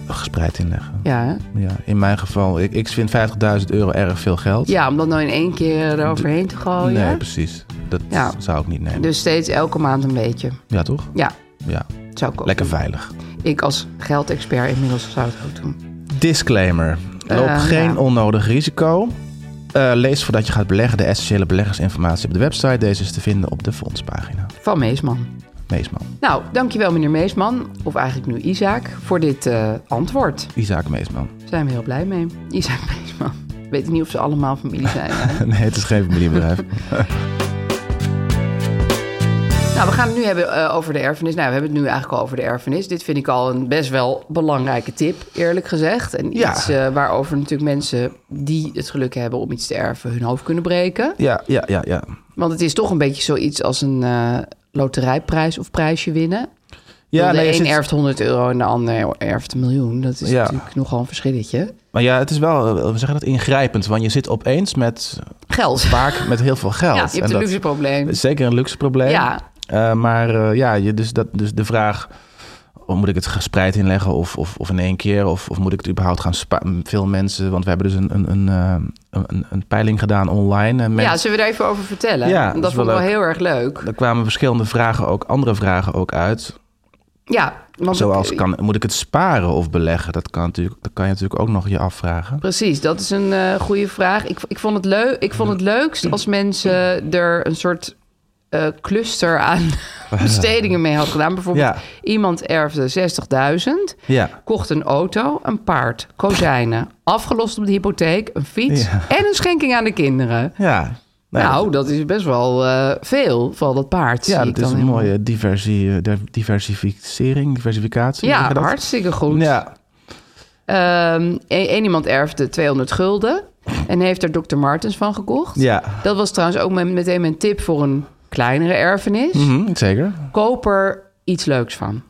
Speaker 2: Gespreid inleggen.
Speaker 3: Ja, hè?
Speaker 2: Ja, in mijn geval, ik, ik vind 50.000 euro erg veel geld.
Speaker 3: Ja, om dat nou in één keer eroverheen te gooien.
Speaker 2: nee, precies. Dat
Speaker 3: Ja.
Speaker 2: zou ik niet nemen.
Speaker 3: Dus steeds elke maand een beetje.
Speaker 2: Ja, toch?
Speaker 3: Ja,
Speaker 2: Ja,
Speaker 3: zou ik ook
Speaker 2: lekker
Speaker 3: doen.
Speaker 2: veilig.
Speaker 3: Ik als geldexpert inmiddels zou het ook doen.
Speaker 2: Disclaimer. Loop
Speaker 3: Eh,
Speaker 2: geen
Speaker 3: ja.
Speaker 2: onnodig risico. Eh, lees voordat je gaat beleggen de essentiële beleggersinformatie op de website. Deze is te vinden op de fondspagina.
Speaker 3: Van Meesman.
Speaker 2: Meesman.
Speaker 3: Nou, dankjewel meneer Meesman, of eigenlijk nu Isaac, voor dit eh, antwoord.
Speaker 2: Isaac Meesman.
Speaker 3: Daar zijn we heel blij mee. Isaac Meesman. Weet ik niet of ze allemaal familie zijn. hè?
Speaker 2: Nee, het is geen familiebedrijf.
Speaker 3: nou, we gaan het nu hebben eh, over de erfenis. Nou, we hebben het nu eigenlijk al over de erfenis. Dit vind ik al een best wel belangrijke tip, eerlijk gezegd. En
Speaker 2: Ja.
Speaker 3: iets eh, waarover natuurlijk mensen die het geluk hebben om iets te erven hun hoofd kunnen breken.
Speaker 2: ja, ja, ja, ja.
Speaker 3: Want het is toch een beetje zoiets als een eh, loterijprijs of prijsje winnen.
Speaker 2: Ja,
Speaker 3: Want de
Speaker 2: nee,
Speaker 3: een
Speaker 2: er zit-
Speaker 3: erft 100 euro en de ander erft een miljoen. Dat is
Speaker 2: Ja.
Speaker 3: natuurlijk nogal een verschilletje.
Speaker 2: Maar ja, het is wel, eh, we zeggen dat ingrijpend. Want je zit opeens met
Speaker 3: Geld.
Speaker 2: vaak met heel veel
Speaker 3: Ja,
Speaker 2: geld.
Speaker 3: je hebt
Speaker 2: En
Speaker 3: een
Speaker 2: dat
Speaker 3: luxe probleem.
Speaker 2: is Zeker een luxe probleem.
Speaker 3: Ja,
Speaker 2: Eh, maar eh, ja, je, dus, dat, dus de vraag, oh, moet ik het gespreid inleggen of, of, of in één keer? Of, of moet ik het überhaupt gaan sparen? Veel mensen, want we hebben dus een, een, een, eh, een, een- een peiling gedaan online. En
Speaker 3: ja,
Speaker 2: mensen,
Speaker 3: zullen we daar even over vertellen?
Speaker 2: Ja,
Speaker 3: Want
Speaker 2: dat
Speaker 3: dat
Speaker 2: is
Speaker 3: vond ik
Speaker 2: wel
Speaker 3: wel heel erg leuk.
Speaker 2: Er kwamen verschillende vragen ook, andere vragen ook uit.
Speaker 3: Ja, want
Speaker 2: Zoals,
Speaker 3: ik-
Speaker 2: kan, moet ik het sparen of beleggen? Dat kan, natuurlijk, dat kan je natuurlijk ook nog je afvragen.
Speaker 3: Precies, dat is een eh, goede vraag. Ik, ik, vond het leuk, ik vond het leukst als mensen er een soort eh, cluster aan bestedingen mee hadden gedaan. Bijvoorbeeld,
Speaker 2: Ja.
Speaker 3: iemand erfde 60.000,
Speaker 2: Ja.
Speaker 3: kocht een auto, een paard, kozijnen, afgelost op de hypotheek, een fiets
Speaker 2: Ja.
Speaker 3: en een schenking aan de kinderen.
Speaker 2: Ja.
Speaker 3: nou, dat is best wel eh, veel, vooral dat paard.
Speaker 2: Ja,
Speaker 3: zie
Speaker 2: dat
Speaker 3: ik
Speaker 2: is
Speaker 3: dan
Speaker 2: een
Speaker 3: helemaal.
Speaker 2: mooie diversi, eh, diversificering, diversificatie. zeg
Speaker 3: Ja,
Speaker 2: je dat?
Speaker 3: hartstikke goed.
Speaker 2: Ja,
Speaker 3: Eén één iemand erfde 200 gulden en heeft er Dr. Martens van gekocht.
Speaker 2: ja.
Speaker 3: Dat was trouwens ook mijn- meteen mijn tip voor een kleinere erfenis.
Speaker 2: Mhm, zeker.
Speaker 3: Koop er iets leuks van.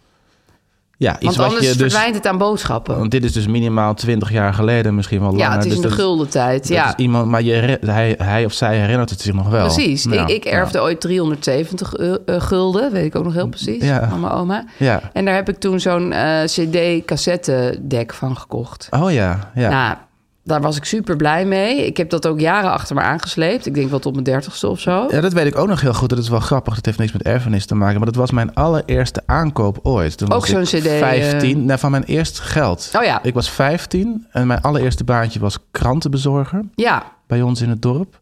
Speaker 2: Ja, iets
Speaker 3: Want
Speaker 2: wat
Speaker 3: anders
Speaker 2: je dus...
Speaker 3: verdwijnt het aan boodschappen.
Speaker 2: Want dit is dus minimaal 20 jaar geleden, misschien wel langer.
Speaker 3: Ja, het is
Speaker 2: dus
Speaker 3: in de
Speaker 2: dat-
Speaker 3: gulden-tijd.
Speaker 2: dat
Speaker 3: Ja,
Speaker 2: is iemand, maar je, her- hij, hij of zij herinnert het zich nog wel. Nou,
Speaker 3: precies.
Speaker 2: Ja,
Speaker 3: Ik, ik erfde ooit 370 eu- eh, gulden, weet ik ook nog heel precies,
Speaker 2: Ja.
Speaker 3: van mijn oma.
Speaker 2: Ja.
Speaker 3: En daar heb ik toen zo'n eh, CD-cassettedek van gekocht.
Speaker 2: ja. Oh ja, ja.
Speaker 3: Nou, daar was ik super blij mee. Ik heb dat ook jaren achter me aangesleept. Ik denk wel tot mijn dertigste of zo.
Speaker 2: Ja, dat weet ik ook nog heel goed. Dat is wel grappig. Dat heeft niks met erfenis te maken. Maar dat was mijn allereerste aankoop ooit. Toen
Speaker 3: Ook
Speaker 2: was ik
Speaker 3: zo'n CD, eh.
Speaker 2: 15. Nou, van mijn eerst geld.
Speaker 3: Oh ja.
Speaker 2: Ik was 15 en mijn allereerste baantje was krantenbezorger
Speaker 3: Ja,
Speaker 2: bij ons in het dorp.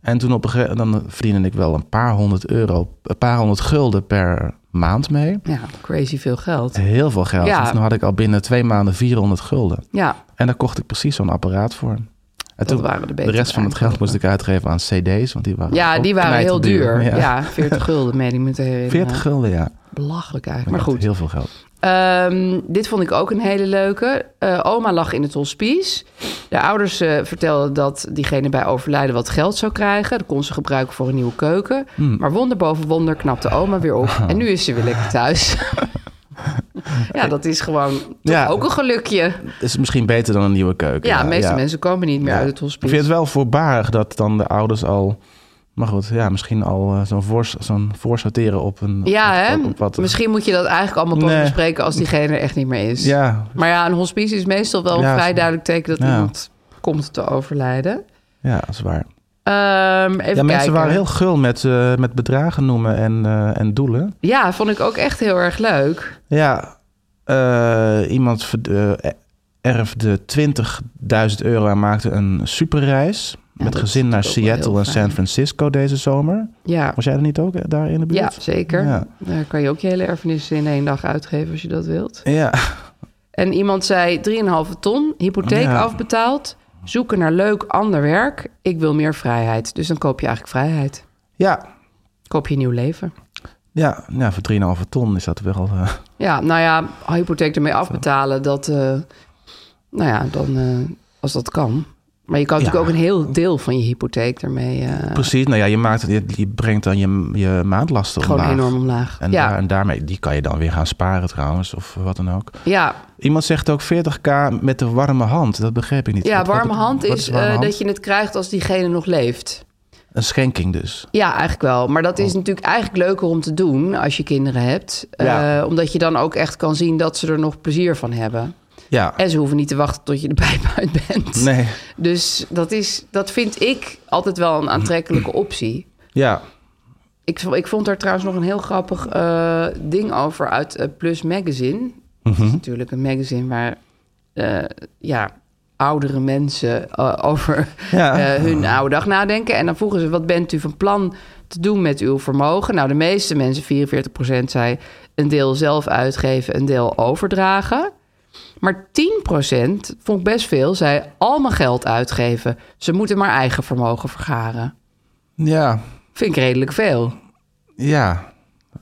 Speaker 2: En toen op een gege- dan verdiende ik wel een paar honderd euro, een paar honderd gulden per maand mee.
Speaker 3: ja crazy veel geld.
Speaker 2: Heel veel geld.
Speaker 3: Ja.
Speaker 2: Dus toen had ik al binnen twee maanden 400 gulden.
Speaker 3: Ja,
Speaker 2: En daar kocht ik precies zo'n apparaat voor. En toen
Speaker 3: waren de
Speaker 2: de,
Speaker 3: betere
Speaker 2: rest van het geld
Speaker 3: aankopen.
Speaker 2: moest ik uitgeven aan cd's, want die waren
Speaker 3: Ja,
Speaker 2: ook
Speaker 3: die waren heel
Speaker 2: knijterduur.
Speaker 3: duur. Ja. 40 gulden, meen ik me te herinneren.
Speaker 2: 40 gulden, ja.
Speaker 3: Belachelijk eigenlijk. Maar
Speaker 2: Dat is
Speaker 3: goed,
Speaker 2: Heel veel geld.
Speaker 3: Ehm, dit vond ik ook een hele leuke. Eh, oma lag in het hospice. De ouders eh, vertelden dat diegene bij overlijden wat geld zou krijgen. Dat kon ze gebruiken voor een nieuwe keuken.
Speaker 2: Hmm.
Speaker 3: Maar wonder boven wonder knapte oma weer op. En nu is ze weer lekker thuis. ja, dat is gewoon toch
Speaker 2: Ja.
Speaker 3: ook een gelukje.
Speaker 2: Het is misschien beter dan een nieuwe keuken.
Speaker 3: Ja, de meeste mensen komen niet meer
Speaker 2: Ja.
Speaker 3: uit het
Speaker 2: Ik
Speaker 3: hospice.
Speaker 2: vind het wel voorbarig dat dan de ouders al... Maar goed, ja, misschien al eh, zo'n voor, zo'n voorsorteren op een...
Speaker 3: Ja,
Speaker 2: op-
Speaker 3: hè?
Speaker 2: op- op wat-
Speaker 3: Misschien moet je dat eigenlijk allemaal pas
Speaker 2: Nee.
Speaker 3: bespreken als diegene er echt niet meer is.
Speaker 2: Ja,
Speaker 3: Maar ja, een hospice is meestal wel een
Speaker 2: Ja,
Speaker 3: vrij
Speaker 2: zo-
Speaker 3: duidelijk teken dat
Speaker 2: ja.
Speaker 3: iemand komt te overlijden.
Speaker 2: ja, dat is waar.
Speaker 3: Ehm, even
Speaker 2: Ja, mensen
Speaker 3: kijken.
Speaker 2: waren heel gul met, eh, met bedragen noemen en, eh, en doelen.
Speaker 3: Ja, vond ik ook echt heel erg leuk.
Speaker 2: Ja, eh, iemand verd- eh, erfde 20.000 euro en maakte een superreis. met
Speaker 3: dat
Speaker 2: gezin naar
Speaker 3: is natuurlijk ook wel
Speaker 2: Seattle en
Speaker 3: heel
Speaker 2: San Francisco deze zomer.
Speaker 3: Ja,
Speaker 2: Was jij er niet ook eh, daar in de
Speaker 3: ja
Speaker 2: buurt?
Speaker 3: zeker.
Speaker 2: Ja.
Speaker 3: Daar kan je ook je hele erfenis in één dag uitgeven als je dat wilt.
Speaker 2: Ja,
Speaker 3: En iemand zei 3,5 ton, hypotheek
Speaker 2: Ja.
Speaker 3: afbetaald, zoeken naar leuk ander werk. Ik wil meer vrijheid. Dus dan koop je eigenlijk vrijheid.
Speaker 2: ja,
Speaker 3: Koop je een nieuw leven.
Speaker 2: ja, ja voor 3,5 ton is dat wel... eh,
Speaker 3: Ja, nou ja, hypotheek ermee afbetalen, dat, eh, nou ja, dan eh, als dat kan. Maar je kan
Speaker 2: Ja.
Speaker 3: natuurlijk ook een heel deel van je hypotheek ermee eh,
Speaker 2: precies, nou ja, je, maakt, je, je brengt dan je, je maandlasten
Speaker 3: gewoon
Speaker 2: omlaag.
Speaker 3: enorm omlaag.
Speaker 2: En,
Speaker 3: ja,
Speaker 2: daar, en daarmee, die kan je dan weer gaan sparen trouwens, of wat dan ook.
Speaker 3: ja.
Speaker 2: Iemand zegt ook 40k met de warme hand. Dat begreep ik niet.
Speaker 3: ja
Speaker 2: Wat- wat-
Speaker 3: warme hand
Speaker 2: wat
Speaker 3: is,
Speaker 2: warme
Speaker 3: eh,
Speaker 2: hand?
Speaker 3: dat je het krijgt als diegene nog leeft.
Speaker 2: Een schenking dus.
Speaker 3: Ja, eigenlijk wel. Maar dat
Speaker 2: Oh.
Speaker 3: is natuurlijk eigenlijk leuker om te doen als je kinderen hebt.
Speaker 2: Ja.
Speaker 3: Eh, omdat je dan ook echt kan zien dat ze er nog plezier van hebben.
Speaker 2: Ja.
Speaker 3: En ze hoeven niet te wachten tot je de pijp uit bent.
Speaker 2: Nee.
Speaker 3: Dus dat, is, dat vind ik altijd wel een aantrekkelijke optie.
Speaker 2: Ja.
Speaker 3: Ik, vo- ik vond daar trouwens nog een heel grappig eh, ding over uit eh, Plus Magazine. Dat is natuurlijk een magazine waar eh, ja, oudere mensen eh, over
Speaker 2: Ja.
Speaker 3: eh, hun oude dag nadenken. En dan vroegen ze, wat bent u van plan te doen met uw vermogen? Nou, de meeste mensen, 44%, zei een deel zelf uitgeven, een deel overdragen. Maar 10% vond ik best veel, zei al mijn geld uitgeven. Ze moeten maar eigen vermogen vergaren.
Speaker 2: Ja,
Speaker 3: Vind ik redelijk veel.
Speaker 2: ja.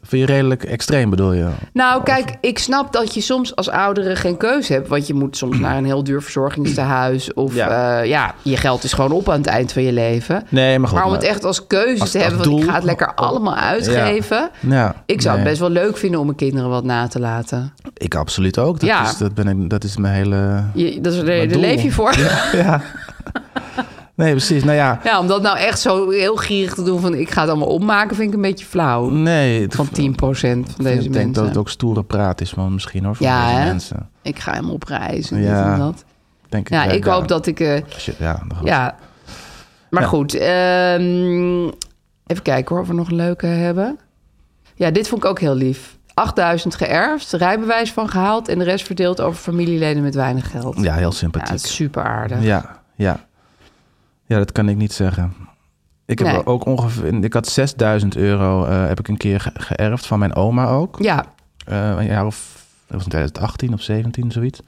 Speaker 2: Vind je redelijk extreem, bedoel je?
Speaker 3: Nou, kijk, ik snap dat je soms als ouderen geen keuze hebt. Want je moet soms naar een heel duur verzorgingstehuis. Of
Speaker 2: Ja.
Speaker 3: ja. ja, je geld is gewoon op aan het eind van je leven.
Speaker 2: Nee, maar goed.
Speaker 3: maar om het echt als keuze
Speaker 2: als-
Speaker 3: te hebben,
Speaker 2: als
Speaker 3: van ik
Speaker 2: doel-
Speaker 3: ga het lekker allemaal uitgeven.
Speaker 2: Ja,
Speaker 3: Ik zou
Speaker 2: nee.
Speaker 3: het best wel leuk vinden om mijn kinderen wat na te laten.
Speaker 2: Ik absoluut ook. Dat,
Speaker 3: Ja.
Speaker 2: is, dat, ben ik, dat is mijn hele...
Speaker 3: Je, dat is, daar
Speaker 2: doel.
Speaker 3: leef je voor. Ja.
Speaker 2: Ja. Nee, precies. Nou ja.
Speaker 3: om dat nou echt zo heel gierig te doen van ik ga het allemaal opmaken, vind ik een beetje flauw.
Speaker 2: Nee. het-
Speaker 3: Van 10% van deze mensen.
Speaker 2: Mm. Ik denk dat het ook stoere praat is, maar misschien hoor. Voor
Speaker 3: Ja,
Speaker 2: deze
Speaker 3: hè?
Speaker 2: mensen.
Speaker 3: Ik ga hem op reis en
Speaker 2: Ja.
Speaker 3: dit en dat.
Speaker 2: Denk ik
Speaker 3: Ja,
Speaker 2: wel,
Speaker 3: ik hoop dat ik... eh,
Speaker 2: Als je- ja, nog-
Speaker 3: Ja. Maar
Speaker 2: Ja.
Speaker 3: goed, ehm, even kijken hoor, of we nog een leuke hebben. Ja, dit vond ik ook heel lief. 8000 geërfd, rijbewijs van gehaald en de rest verdeeld over familieleden met weinig geld.
Speaker 2: ja, heel
Speaker 3: Ja, dat
Speaker 2: sympathiek.
Speaker 3: is super aardig.
Speaker 2: Ja, ja. Ja, dat kan ik niet zeggen. Ik heb
Speaker 3: Nee.
Speaker 2: ook ongeveer... Ik had 6000 euro eh, heb ik een keer ge- geërfd van mijn oma ook.
Speaker 3: Ja,
Speaker 2: Eh, een jaar of... Dat was in 2018 of 17, zoiets.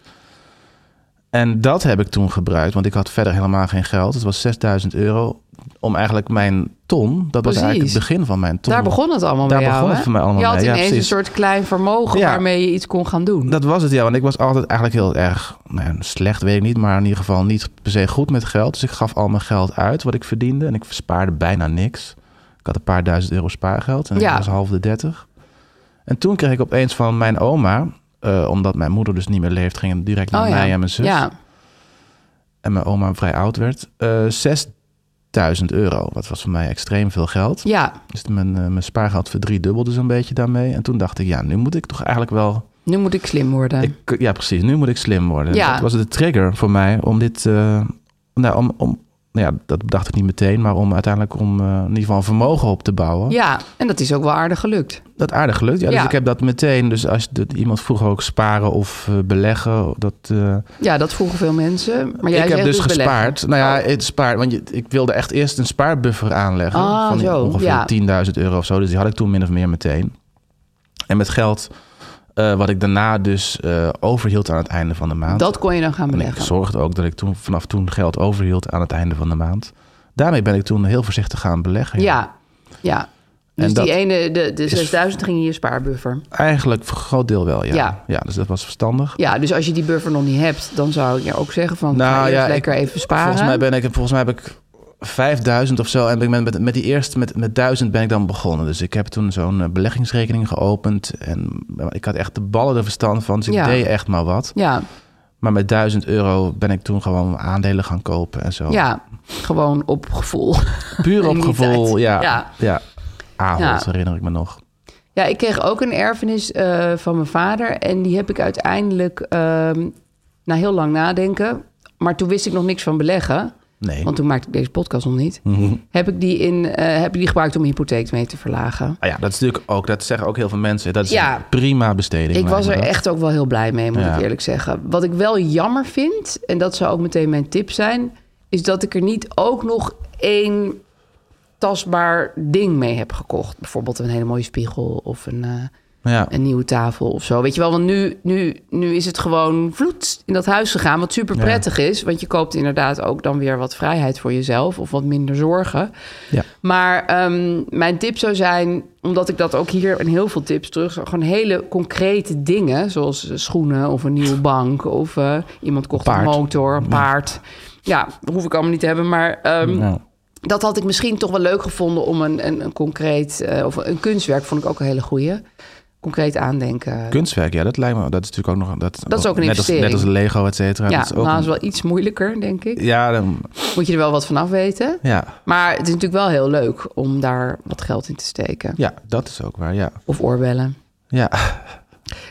Speaker 2: En dat heb ik toen gebruikt, want ik had verder helemaal geen geld. Het was 6000 euro om eigenlijk mijn ton... Dat was eigenlijk
Speaker 3: Precies.
Speaker 2: het begin van mijn ton.
Speaker 3: daar begon het allemaal
Speaker 2: Daar
Speaker 3: mee.
Speaker 2: begon het voor mij allemaal
Speaker 3: Je had
Speaker 2: mee, ja,
Speaker 3: ineens een
Speaker 2: precies.
Speaker 3: soort klein vermogen
Speaker 2: Ja.
Speaker 3: waarmee je iets kon gaan doen.
Speaker 2: Dat was het, ja. Want ik was altijd eigenlijk heel erg nou ja, slecht, weet ik niet. Maar in ieder geval niet per se goed met geld. Dus ik gaf al mijn geld uit wat ik verdiende. En ik spaarde bijna niks. Ik had een paar duizend euro spaargeld. En
Speaker 3: Ja.
Speaker 2: ik was half de dertig. En toen kreeg ik opeens van mijn oma... eh, omdat mijn moeder dus niet meer leeft, ging het direct naar
Speaker 3: Oh,
Speaker 2: mij en mijn zus.
Speaker 3: Ja,
Speaker 2: En mijn oma vrij oud werd. eh 6000 euro. Wat was voor mij extreem veel geld.
Speaker 3: ja,
Speaker 2: Dus mijn, eh, mijn spaargeld verdriedubbelde zo'n beetje daarmee. En toen dacht ik, ja, nu moet ik toch eigenlijk wel...
Speaker 3: nu moet ik slim worden.
Speaker 2: Ik, ja, precies. Nu moet ik slim worden.
Speaker 3: Ja.
Speaker 2: Dat was de trigger voor mij om dit... eh, nou, om, om, nou ja, dat dacht ik niet meteen, maar om uiteindelijk om eh, in ieder geval een vermogen op te bouwen.
Speaker 3: Ja, en dat is ook wel aardig gelukt.
Speaker 2: Dat aardig gelukt. Ja, Dus
Speaker 3: Ja.
Speaker 2: ik heb dat meteen. Dus als je- dat, iemand vroeg ook sparen of eh, beleggen. Dat, eh,
Speaker 3: Ja, dat vroegen veel mensen. Maar jij
Speaker 2: ik heb
Speaker 3: zegt
Speaker 2: dus
Speaker 3: beleggen. Oh.
Speaker 2: gespaard. Nou ja, het spaar, want je, ik wilde echt eerst een spaarbuffer aanleggen.
Speaker 3: Ah,
Speaker 2: van
Speaker 3: zo, ja.
Speaker 2: ongeveer 10.000 euro of zo. Dus die had ik toen min of meer meteen. En met geld eh, wat ik daarna dus eh, overhield aan het einde van de maand.
Speaker 3: Dat kon je dan gaan
Speaker 2: En ik
Speaker 3: beleggen.
Speaker 2: zorgde ook dat ik toen, vanaf toen geld overhield aan het einde van de maand. Daarmee ben ik toen heel voorzichtig gaan beleggen.
Speaker 3: Ja, ja. Dus
Speaker 2: dat
Speaker 3: die ene, de, de
Speaker 2: is-
Speaker 3: 6000 ging in je spaarbuffer.
Speaker 2: Eigenlijk voor een groot deel wel, ja. ja.
Speaker 3: Ja.
Speaker 2: dus dat was verstandig.
Speaker 3: Ja, dus als je die buffer nog niet hebt, dan zou ik je ook zeggen van ga
Speaker 2: Nou
Speaker 3: eerst
Speaker 2: ja,
Speaker 3: lekker
Speaker 2: ik-
Speaker 3: even sparen.
Speaker 2: Volgens mij, ben ik, volgens mij heb ik 5000 of zo. En ben ik met, met, met die eerste, met, met 1000 ben ik dan begonnen. Dus ik heb toen zo'n eh, beleggingsrekening geopend. En eh, ik had echt de ballen er verstand van. Dus ik
Speaker 3: Ja.
Speaker 2: deed echt maar wat.
Speaker 3: Ja,
Speaker 2: Maar met 1000 euro ben ik toen gewoon aandelen gaan kopen en zo.
Speaker 3: ja, gewoon op gevoel.
Speaker 2: Puur op
Speaker 3: Niet
Speaker 2: gevoel,
Speaker 3: uit.
Speaker 2: ja. ja.
Speaker 3: Ja.
Speaker 2: Ahold,
Speaker 3: Ja.
Speaker 2: herinner ik me nog.
Speaker 3: Ja, ik kreeg ook een erfenis eh, van mijn vader. En die heb ik uiteindelijk ehm, na heel lang nadenken. Maar toen wist ik nog niks van beleggen.
Speaker 2: Nee. Mhm.
Speaker 3: Want toen maakte ik deze podcast nog niet. Heb, ik die in, eh, heb ik die gebruikt om mijn hypotheek mee te verlagen.
Speaker 2: Ah ja, dat is natuurlijk ook, dat zeggen ook heel veel mensen. Dat is
Speaker 3: Ja.
Speaker 2: een prima besteding.
Speaker 3: Ik was
Speaker 2: lijkt
Speaker 3: er
Speaker 2: me dat.
Speaker 3: echt ook wel heel blij mee, moet
Speaker 2: Ja.
Speaker 3: ik eerlijk zeggen. Wat ik wel jammer vind, en dat zou ook meteen mijn tip zijn, is dat ik er niet ook nog één tastbaar ding mee heb gekocht. Bijvoorbeeld een hele mooie spiegel of een, eh,
Speaker 2: Ja.
Speaker 3: een nieuwe tafel of zo. Weet je wel, want nu, nu, nu is het gewoon vloed in dat huis gegaan, wat super prettig is. Want je koopt inderdaad ook dan weer wat vrijheid voor jezelf of wat minder zorgen.
Speaker 2: Ja.
Speaker 3: Maar ehm, mijn tip zou zijn, omdat ik dat ook hier in heel veel tips terug zag, gewoon hele concrete dingen, zoals eh, schoenen of een nieuwe bank of eh, iemand kocht
Speaker 2: Paard.
Speaker 3: een motor, een paard. Ja, dat hoef ik allemaal niet te hebben, maar ehm,
Speaker 2: Nou,
Speaker 3: dat had ik misschien toch wel leuk gevonden om een, een, een concreet, eh, of een kunstwerk vond ik ook een hele goeie. Concreet aandenken.
Speaker 2: kunstwerk, ja, dat lijkt me. Dat is natuurlijk ook nog. Dat,
Speaker 3: Dat is ook een
Speaker 2: net
Speaker 3: investering.
Speaker 2: Als, net als Lego, et cetera.
Speaker 3: ja,
Speaker 2: dat is ook
Speaker 3: nou
Speaker 2: een-
Speaker 3: is wel iets moeilijker, denk ik.
Speaker 2: ja, dan,
Speaker 3: Moet je er wel wat van af weten.
Speaker 2: ja,
Speaker 3: Maar het is natuurlijk wel heel leuk om daar wat geld in te steken.
Speaker 2: ja, dat is ook waar. Ja,
Speaker 3: Of oorbellen.
Speaker 2: ja.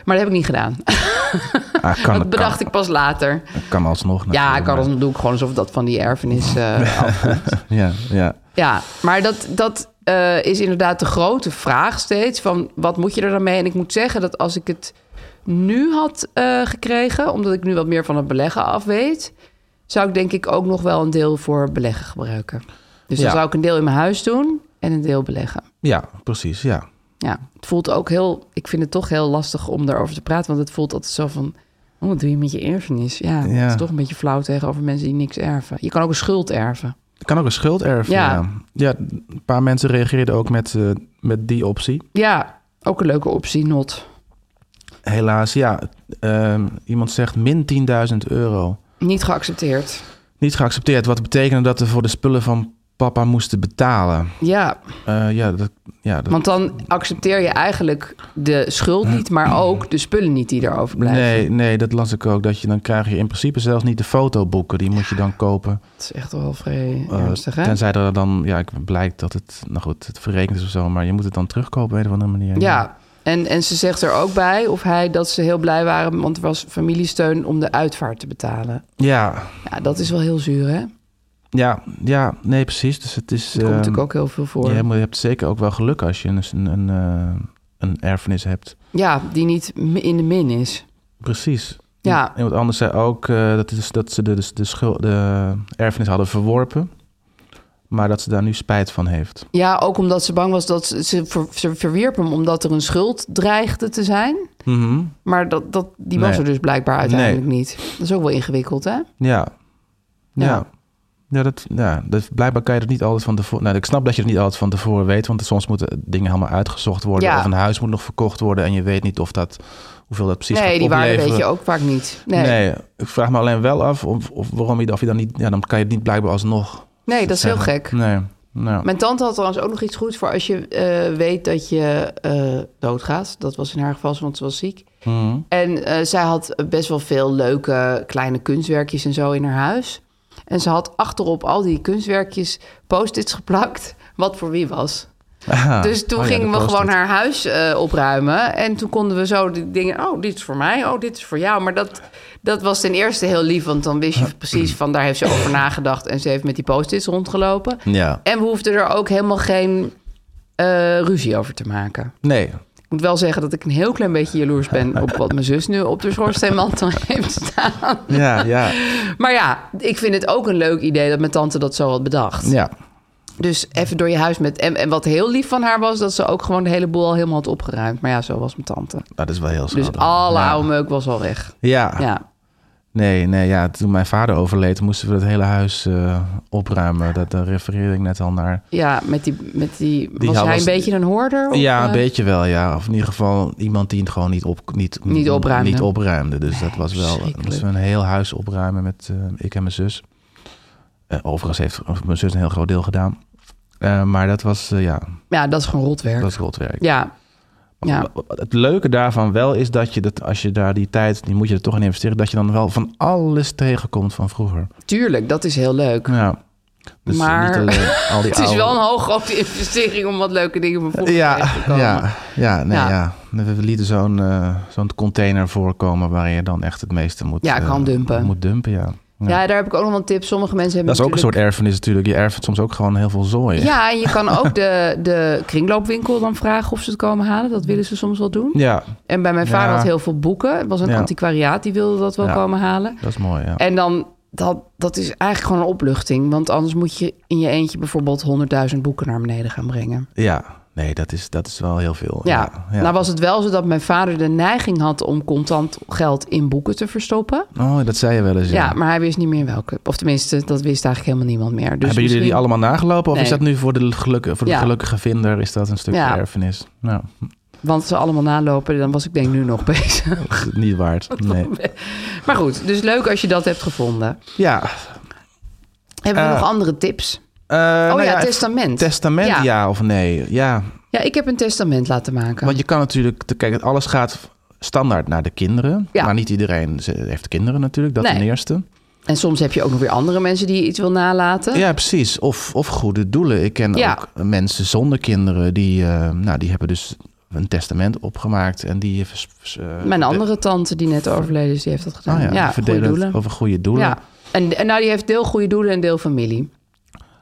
Speaker 3: Maar dat heb ik niet gedaan.
Speaker 2: Ah, kan,
Speaker 3: dat bedacht
Speaker 2: kan,
Speaker 3: ik pas later.
Speaker 2: Kan alsnog.
Speaker 3: Ja,
Speaker 2: natuurlijk,
Speaker 3: ik kan
Speaker 2: maar-
Speaker 3: dan doe ik gewoon alsof dat van die erfenis eh, afkomt.
Speaker 2: Ja, ja.
Speaker 3: Ja, maar dat, dat eh, is inderdaad de grote vraag steeds. Van wat moet je er dan mee? En ik moet zeggen dat als ik het nu had eh, gekregen, omdat ik nu wat meer van het beleggen af weet, zou ik denk ik ook nog wel een deel voor beleggen gebruiken. Dus
Speaker 2: Ja.
Speaker 3: dan zou ik een deel in mijn huis doen en een deel beleggen.
Speaker 2: Ja, precies. Ja.
Speaker 3: Ja, het voelt ook heel... Ik vind het toch heel lastig om daarover te praten. Want het voelt altijd zo van... Oh, wat doe je met je erfenis? Ja,
Speaker 2: Ja.
Speaker 3: het is toch een beetje flauw tegenover mensen die niks erven. Je kan ook een schuld erven.
Speaker 2: Het kan ook een schuld erven. Ja.
Speaker 3: Ja.
Speaker 2: Ja. een paar mensen reageerden ook met, eh, met die optie.
Speaker 3: Ja, ook een leuke optie, not.
Speaker 2: Helaas, ja. ehm, iemand zegt min 10.000 euro.
Speaker 3: Niet geaccepteerd.
Speaker 2: Niet geaccepteerd, wat betekende dat we voor de spullen van papa moesten betalen.
Speaker 3: Ja,
Speaker 2: Eh, ja, dat, ja, dat,
Speaker 3: want dan accepteer je eigenlijk de schuld niet... maar ook de spullen niet die erover blijven.
Speaker 2: nee, nee, dat las ik ook. Dat je, dan krijg je in principe zelfs niet de fotoboeken. Die moet je dan kopen.
Speaker 3: Dat is echt wel vrij
Speaker 2: Eh,
Speaker 3: ernstig, hè?
Speaker 2: tenzij er dan, ja, ik blijkt dat het, nou goed, het verrekend is of zo. Maar je moet het dan terugkopen op een of andere manier.
Speaker 3: Ja, en, en ze zegt er ook bij, of hij, dat ze heel blij waren... want er was familiesteun om de uitvaart te betalen.
Speaker 2: Ja,
Speaker 3: Ja, dat is wel heel zuur, hè?
Speaker 2: ja, ja, nee, precies. Dus het is...
Speaker 3: Dat komt
Speaker 2: ehm,
Speaker 3: natuurlijk ook heel veel voor.
Speaker 2: Ja, maar je hebt zeker ook wel geluk als je een, een, een, eh, een erfenis hebt.
Speaker 3: Ja, die niet m- in de min is.
Speaker 2: Precies.
Speaker 3: Ja.
Speaker 2: Iemand anders zei ook eh, dat, is, dat ze de, de, de, schul- de erfenis hadden verworpen, maar dat ze daar nu spijt van heeft.
Speaker 3: Ja, ook omdat ze bang was dat ze, ze, ver- ze verwierp hem omdat er een schuld dreigde te zijn.
Speaker 2: Mhm.
Speaker 3: Maar dat, dat, die was
Speaker 2: Nee.
Speaker 3: er dus blijkbaar uiteindelijk
Speaker 2: Nee.
Speaker 3: niet. Dat is ook wel ingewikkeld, hè?
Speaker 2: Ja. Ja. ja.
Speaker 3: Ja.
Speaker 2: dat, ja, dat, blijkbaar kan je dat niet altijd van tevoren... Nou, ik snap dat je het niet altijd van tevoren weet... want soms moeten dingen helemaal uitgezocht worden...
Speaker 3: Ja.
Speaker 2: of een huis moet nog verkocht worden... en je weet niet of dat, hoeveel dat precies
Speaker 3: nee,
Speaker 2: gaat
Speaker 3: die waarde
Speaker 2: opleveren.
Speaker 3: weet je ook vaak niet. Nee,
Speaker 2: Nee.
Speaker 3: nee,
Speaker 2: ik vraag me alleen wel af of, of waarom je, dat- of je dan niet... Ja, dan kan je het niet blijkbaar alsnog
Speaker 3: dat is heel
Speaker 2: zeggen.
Speaker 3: gek.
Speaker 2: Nee, nou,
Speaker 3: Mijn tante had trouwens ook nog iets goeds voor als je eh, weet dat je eh, doodgaat. Dat was in haar geval, want ze was ziek.
Speaker 2: Mhm.
Speaker 3: En eh, zij had best wel veel leuke kleine kunstwerkjes en zo in haar huis. En ze had achterop al die kunstwerkjes post-its geplakt, wat voor wie was.
Speaker 2: Aha.
Speaker 3: Dus toen
Speaker 2: Oh ja,
Speaker 3: gingen
Speaker 2: dat
Speaker 3: we
Speaker 2: was
Speaker 3: gewoon
Speaker 2: het.
Speaker 3: haar huis eh, opruimen. En toen konden we zo die dingen... Oh, dit is voor mij. Oh, dit is voor jou. Maar dat, dat was ten eerste heel lief. Want dan wist je precies van... Daar heeft ze over nagedacht. En ze heeft met die post-its rondgelopen.
Speaker 2: Ja,
Speaker 3: En we hoefden er ook helemaal geen eh, ruzie over te maken.
Speaker 2: nee.
Speaker 3: Ik moet wel zeggen dat ik een heel klein beetje jaloers ben... op wat mijn zus nu op de schoorsteenmantel heeft staan.
Speaker 2: Ja, ja,
Speaker 3: Maar ja, ik vind het ook een leuk idee... dat mijn tante dat zo had bedacht.
Speaker 2: ja.
Speaker 3: Dus even door je huis met. En, en wat heel lief van haar was, dat ze ook gewoon de hele boel al helemaal had opgeruimd. Maar ja, zo was mijn tante.
Speaker 2: Dat is wel heel
Speaker 3: Dus
Speaker 2: schattig.
Speaker 3: alle
Speaker 2: ja.
Speaker 3: oude meuk was al weg.
Speaker 2: Ja.
Speaker 3: Ja.
Speaker 2: nee, nee, ja. Toen mijn vader overleed, moesten we het hele huis eh, opruimen. Dat, daar refereerde ik net al naar.
Speaker 3: ja, met die. Met die,
Speaker 2: Die
Speaker 3: was
Speaker 2: hou-
Speaker 3: hij
Speaker 2: was-
Speaker 3: een beetje een hoorder? Of,
Speaker 2: ja, een
Speaker 3: eh,
Speaker 2: beetje wel, ja. Of in ieder geval iemand die het gewoon niet, op, niet,
Speaker 3: Niet opruimde.
Speaker 2: Niet opruimde. Dus dat was wel...
Speaker 3: verschrikkelijk.
Speaker 2: Moesten we een heel huis opruimen met eh, ik en mijn zus. Eh, overigens heeft mijn zus een heel groot deel gedaan. Eh, maar dat was, eh, ja,
Speaker 3: Ja, dat is gewoon rotwerk.
Speaker 2: dat is rotwerk.
Speaker 3: Ja. Ja.
Speaker 2: Het leuke daarvan wel is dat je dat als je daar die tijd, die moet je er toch in investeren, dat je dan wel van alles tegenkomt van vroeger.
Speaker 3: tuurlijk, dat is heel leuk.
Speaker 2: Ja. Dus
Speaker 3: Maar-
Speaker 2: niet alleen al die
Speaker 3: Het is
Speaker 2: oude-
Speaker 3: wel een hooggrote investering om wat leuke dingen van vroeger tegen
Speaker 2: Ja,
Speaker 3: te komen.
Speaker 2: ja, ja, nee, ja.
Speaker 3: Ja.
Speaker 2: We lieten zo'n eh, zo'n container voorkomen waar je dan echt het meeste moet,
Speaker 3: Ja,
Speaker 2: eh,
Speaker 3: kan dumpen.
Speaker 2: moet dumpen. Ja. Ja.
Speaker 3: Ja, daar heb ik ook nog wel een tip. Sommige mensen hebben
Speaker 2: dat is ook een
Speaker 3: natuurlijk-
Speaker 2: soort erfenis natuurlijk. Je erft soms ook gewoon heel veel zooi.
Speaker 3: Ja, en je kan ook de, de kringloopwinkel dan vragen of ze het komen halen. Dat willen ze soms wel doen.
Speaker 2: Ja,
Speaker 3: En bij mijn
Speaker 2: Ja.
Speaker 3: vader had heel veel boeken. Het was een
Speaker 2: Ja.
Speaker 3: antiquariaat, die wilde dat wel
Speaker 2: Ja.
Speaker 3: komen halen.
Speaker 2: dat is mooi. Ja.
Speaker 3: En dan, dat, dat is eigenlijk gewoon een opluchting. Want anders moet je in je eentje bijvoorbeeld 100.000 boeken naar beneden gaan brengen.
Speaker 2: ja, nee, dat is, dat is wel heel veel.
Speaker 3: Ja. nou was het wel zo dat mijn vader de neiging had om contant geld in boeken te verstoppen.
Speaker 2: Oh, dat zei je wel eens.
Speaker 3: Ja, maar hij wist niet meer welke. Of tenminste, dat wist eigenlijk helemaal niemand meer. Dus
Speaker 2: Hebben jullie die
Speaker 3: misschien-
Speaker 2: allemaal nagelopen? Of is
Speaker 3: Nee.
Speaker 2: dat nu voor de, geluk, voor de
Speaker 3: Ja.
Speaker 2: gelukkige vinder is dat een stukje
Speaker 3: Ja.
Speaker 2: erfenis? Nou,
Speaker 3: Want ze allemaal nalopen, dan was ik denk ik nu nog bezig.
Speaker 2: niet waard. Nee.
Speaker 3: Maar goed, dus leuk als je dat hebt gevonden.
Speaker 2: Ja.
Speaker 3: Hebben we
Speaker 2: Eh,
Speaker 3: nog andere tips?
Speaker 2: Eh,
Speaker 3: Oh
Speaker 2: nou
Speaker 3: ja,
Speaker 2: even-
Speaker 3: testament.
Speaker 2: Testament, ja.
Speaker 3: Ja.
Speaker 2: of nee? Ja,
Speaker 3: Ja, ik heb een testament laten maken.
Speaker 2: want je kan natuurlijk... te- Kijk, alles gaat standaard naar de kinderen.
Speaker 3: Ja.
Speaker 2: Maar niet iedereen ze- heeft kinderen natuurlijk, dat
Speaker 3: Nee.
Speaker 2: ten eerste.
Speaker 3: En soms heb je ook nog weer andere mensen die je iets wil nalaten.
Speaker 2: Ja, precies. Of, of goede doelen. Ik ken
Speaker 3: Ja.
Speaker 2: ook mensen zonder kinderen die... eh, nou, die hebben dus een testament opgemaakt en die... vers- vers- eh,
Speaker 3: Mijn
Speaker 2: verde-
Speaker 3: andere tante die net overleden is, die heeft dat gedaan.
Speaker 2: Oh ja,
Speaker 3: ja,
Speaker 2: die verdelen
Speaker 3: goede
Speaker 2: het
Speaker 3: doelen.
Speaker 2: over goede doelen.
Speaker 3: Ja. En, en nou, die heeft deel goede doelen en deel familie.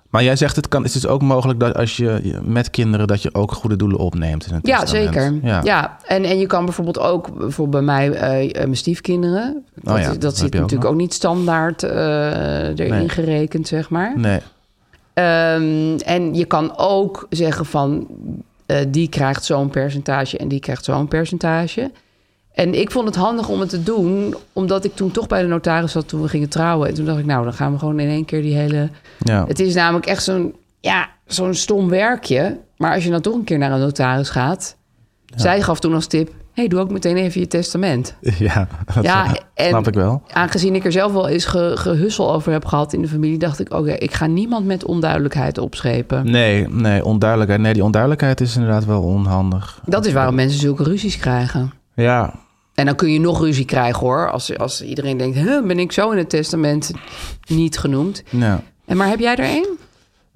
Speaker 2: Maar jij zegt, het, kan, het is ook mogelijk dat als je je- met kinderen... dat je ook goede doelen opneemt in het
Speaker 3: Ja,
Speaker 2: testament.
Speaker 3: zeker. Ja.
Speaker 2: Ja.
Speaker 3: En, en je kan bijvoorbeeld ook, bijvoorbeeld bij mij, eh, eh, mijn stiefkinderen. Dat,
Speaker 2: Oh ja,
Speaker 3: dat,
Speaker 2: dat
Speaker 3: zit
Speaker 2: heb je ook
Speaker 3: natuurlijk
Speaker 2: nog.
Speaker 3: ook niet standaard eh, erin
Speaker 2: Nee.
Speaker 3: gerekend, zeg maar.
Speaker 2: Nee.
Speaker 3: Ehm, en je kan ook zeggen van eh, die krijgt zo'n percentage en die krijgt zo'n percentage. En ik vond het handig om het te doen, omdat ik toen toch bij de notaris zat toen we gingen trouwen. En toen dacht ik, nou, dan gaan we gewoon in één keer die hele.
Speaker 2: Ja.
Speaker 3: Het is namelijk echt zo'n ja, zo'n stom werkje. Maar als je dan toch een keer naar een notaris gaat, zij gaf toen als tip: hey, doe ook meteen even je testament.
Speaker 2: ja, dat
Speaker 3: Ja, en-
Speaker 2: snap ik wel.
Speaker 3: Aangezien ik er zelf wel eens ge, gehussel over heb gehad in de familie, dacht ik: oké, ik ga niemand met onduidelijkheid opschepen.
Speaker 2: Nee, nee, onduidelijkheid. Nee, die onduidelijkheid is inderdaad wel onhandig.
Speaker 3: Dat is waarom mensen zulke ruzies krijgen.
Speaker 2: Ja,
Speaker 3: En dan kun je nog ruzie krijgen hoor. Als, als iedereen denkt, huh, ben ik zo in het testament niet genoemd.
Speaker 2: ja.
Speaker 3: En maar heb jij er één?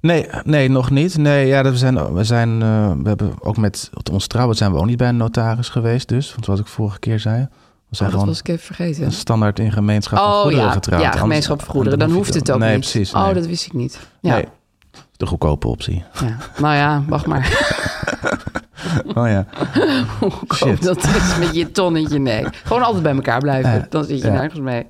Speaker 2: Nee, nee, nog niet. Nee, ja, dat we zijn, we zijn, eh, we hebben ook met ons trouwen zijn we ook niet bij een notaris geweest, dus, want wat ik vorige keer zei, we zijn
Speaker 3: Oh, dat
Speaker 2: gewoon
Speaker 3: was ik even vergeten.
Speaker 2: standaard in gemeenschap van
Speaker 3: Oh
Speaker 2: goederen
Speaker 3: ja,
Speaker 2: getrouwd.
Speaker 3: ja
Speaker 2: Anders-
Speaker 3: gemeenschap van goederen. Dan
Speaker 2: hoef je
Speaker 3: hoeft het ook
Speaker 2: nee,
Speaker 3: niet.
Speaker 2: Precies, nee,
Speaker 3: Oh, dat wist ik niet. Ja.
Speaker 2: Nee. De goedkope optie.
Speaker 3: ja. Nou ja, wacht maar.
Speaker 2: Oh ja. Shit.
Speaker 3: Dat is met je tonnetje, nee. Gewoon altijd bij elkaar blijven.
Speaker 2: Ja,
Speaker 3: Dan zit je
Speaker 2: ja.
Speaker 3: nergens mee.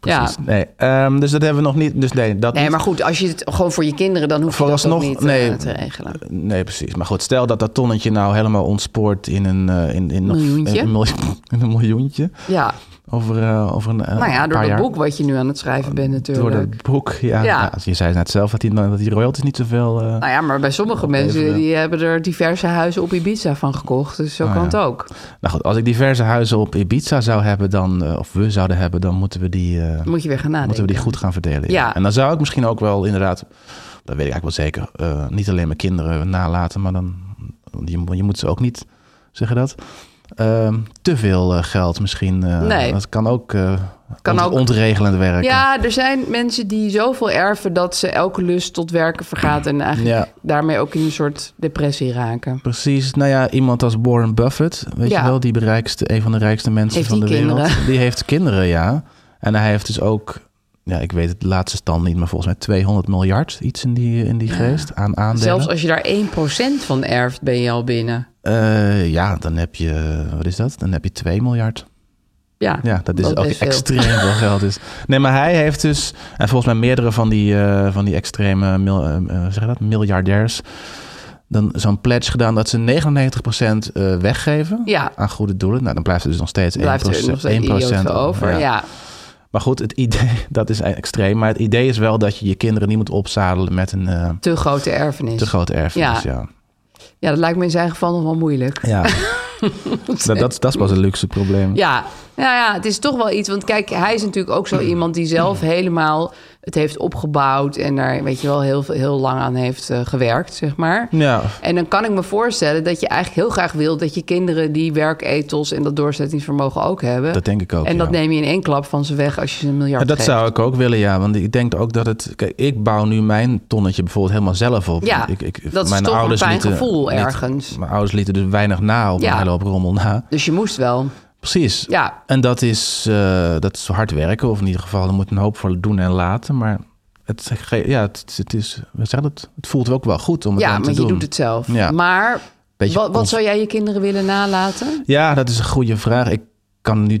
Speaker 3: Ja.
Speaker 2: Precies. Nee, ehm, dus dat hebben we nog niet. Dus nee, dat
Speaker 3: Nee,
Speaker 2: niet.
Speaker 3: maar goed, als je het gewoon voor je kinderen... dan hoef je dat ook
Speaker 2: Vooralsnog,
Speaker 3: niet
Speaker 2: nee.
Speaker 3: eh, te regelen.
Speaker 2: Nee, precies. Maar goed, stel dat dat tonnetje nou helemaal ontspoort in een, eh, in, in, nog-
Speaker 3: Miljoentje.
Speaker 2: In een, miljoen- in een miljoentje.
Speaker 3: Ja,
Speaker 2: Over, eh, over een eh,
Speaker 3: nou ja,
Speaker 2: paar
Speaker 3: door dat
Speaker 2: jaar.
Speaker 3: boek wat je nu aan het schrijven bent natuurlijk.
Speaker 2: Door dat boek, ja.
Speaker 3: Ja.
Speaker 2: ja, je zei net zelf dat die, dat die royalties niet zoveel... eh,
Speaker 3: Nou ja, maar bij sommige mensen
Speaker 2: even, eh.
Speaker 3: die hebben er diverse huizen op Ibiza van gekocht. Dus zo
Speaker 2: Oh,
Speaker 3: kan
Speaker 2: ja.
Speaker 3: het ook.
Speaker 2: Nou goed, als ik diverse huizen op Ibiza zou hebben, dan, eh, of we zouden hebben... dan moeten we die, eh,
Speaker 3: Dan moet je weer gaan nadenken.
Speaker 2: moeten we die goed gaan verdelen.
Speaker 3: Ja.
Speaker 2: En dan zou ik misschien ook wel inderdaad... dat weet ik eigenlijk wel zeker... eh, niet alleen mijn kinderen nalaten, maar dan... je, je moet ze ook niet, zeggen dat... ehm, te veel eh, geld misschien. eh,
Speaker 3: Nee.
Speaker 2: Dat kan ook, eh
Speaker 3: Kan
Speaker 2: ont-
Speaker 3: ook-
Speaker 2: ontregelend werken.
Speaker 3: Ja, er zijn mensen die zoveel erven dat ze elke lust tot werken vergaat. En eigenlijk
Speaker 2: Ja.
Speaker 3: daarmee ook in een soort depressie raken.
Speaker 2: Precies, nou ja, iemand als Warren Buffett, weet
Speaker 3: Ja.
Speaker 2: je wel, die bereikste, een van de rijkste mensen
Speaker 3: Heeft
Speaker 2: van de
Speaker 3: die kinderen?
Speaker 2: wereld. Die heeft kinderen, ja. En hij heeft dus ook, ja, ik weet het laatste stand niet, maar volgens mij 200 miljard, iets in die, in die geest, aan aandelen.
Speaker 3: Zelfs als je daar 1% van erft, ben je al binnen.
Speaker 2: Eh, ja, dan heb je, wat is dat? Dan heb je 2 miljard.
Speaker 3: Ja,
Speaker 2: Ja, dat is ook
Speaker 3: best veel.
Speaker 2: extreem veel geld. Is. Nee, maar hij heeft dus, en volgens mij meerdere van die, eh, van die extreme mil, eh, eh, hoe zeg je dat? miljardairs, dan zo'n pledge gedaan dat ze 99% eh, weggeven.
Speaker 3: Ja,
Speaker 2: aan goede doelen. Nou, dan blijft er dus nog steeds 1%,
Speaker 3: blijft er nog steeds idioot
Speaker 2: 1%
Speaker 3: voor over. Ja.
Speaker 2: Maar goed, het idee, dat is extreem. Maar het idee is wel dat je je kinderen niet moet opzadelen met een eh,
Speaker 3: te grote erfenis.
Speaker 2: te grote erfenis.
Speaker 3: Ja.
Speaker 2: Ja,
Speaker 3: Ja, dat lijkt me in zijn geval nog wel moeilijk.
Speaker 2: ja. dat, dat, dat is pas een luxe probleem.
Speaker 3: Ja, nou ja, het is toch wel iets. Want kijk, hij is natuurlijk ook zo iemand die zelf helemaal het heeft opgebouwd. En daar, weet je wel, heel, veel- heel lang aan heeft eh, gewerkt, zeg maar.
Speaker 2: Ja.
Speaker 3: En dan kan ik me voorstellen dat je eigenlijk heel graag wil dat je kinderen die werketels en dat doorzettingsvermogen ook hebben.
Speaker 2: Dat denk ik ook,
Speaker 3: En dat
Speaker 2: ja.
Speaker 3: neem je in één klap van ze weg als je ze een miljard
Speaker 2: Ja, dat
Speaker 3: geeft.
Speaker 2: zou ik ook willen, ja. Want ik denk ook dat het... Kijk, ik bouw nu mijn tonnetje bijvoorbeeld helemaal zelf op.
Speaker 3: Ja,
Speaker 2: ik, ik,
Speaker 3: dat is toch een fijn
Speaker 2: lieten-
Speaker 3: gevoel
Speaker 2: liet-
Speaker 3: ergens.
Speaker 2: mijn ouders lieten dus weinig na op
Speaker 3: Ja.
Speaker 2: een hele hoop rommel na.
Speaker 3: Dus je moest wel.
Speaker 2: Precies.
Speaker 3: Ja.
Speaker 2: En dat is, eh, dat is hard werken, of in ieder geval, er moet een hoop voor doen en laten. Maar het, ge- ja, het, het is, we zeggen het, het voelt ook wel goed om het
Speaker 3: Ja,
Speaker 2: dan
Speaker 3: maar
Speaker 2: te
Speaker 3: je
Speaker 2: doen.
Speaker 3: doet het zelf.
Speaker 2: Ja.
Speaker 3: Maar
Speaker 2: Beetje
Speaker 3: wat, wat
Speaker 2: cons-
Speaker 3: zou jij je kinderen willen nalaten?
Speaker 2: Ja, dat is een goede vraag. Ik kan nu,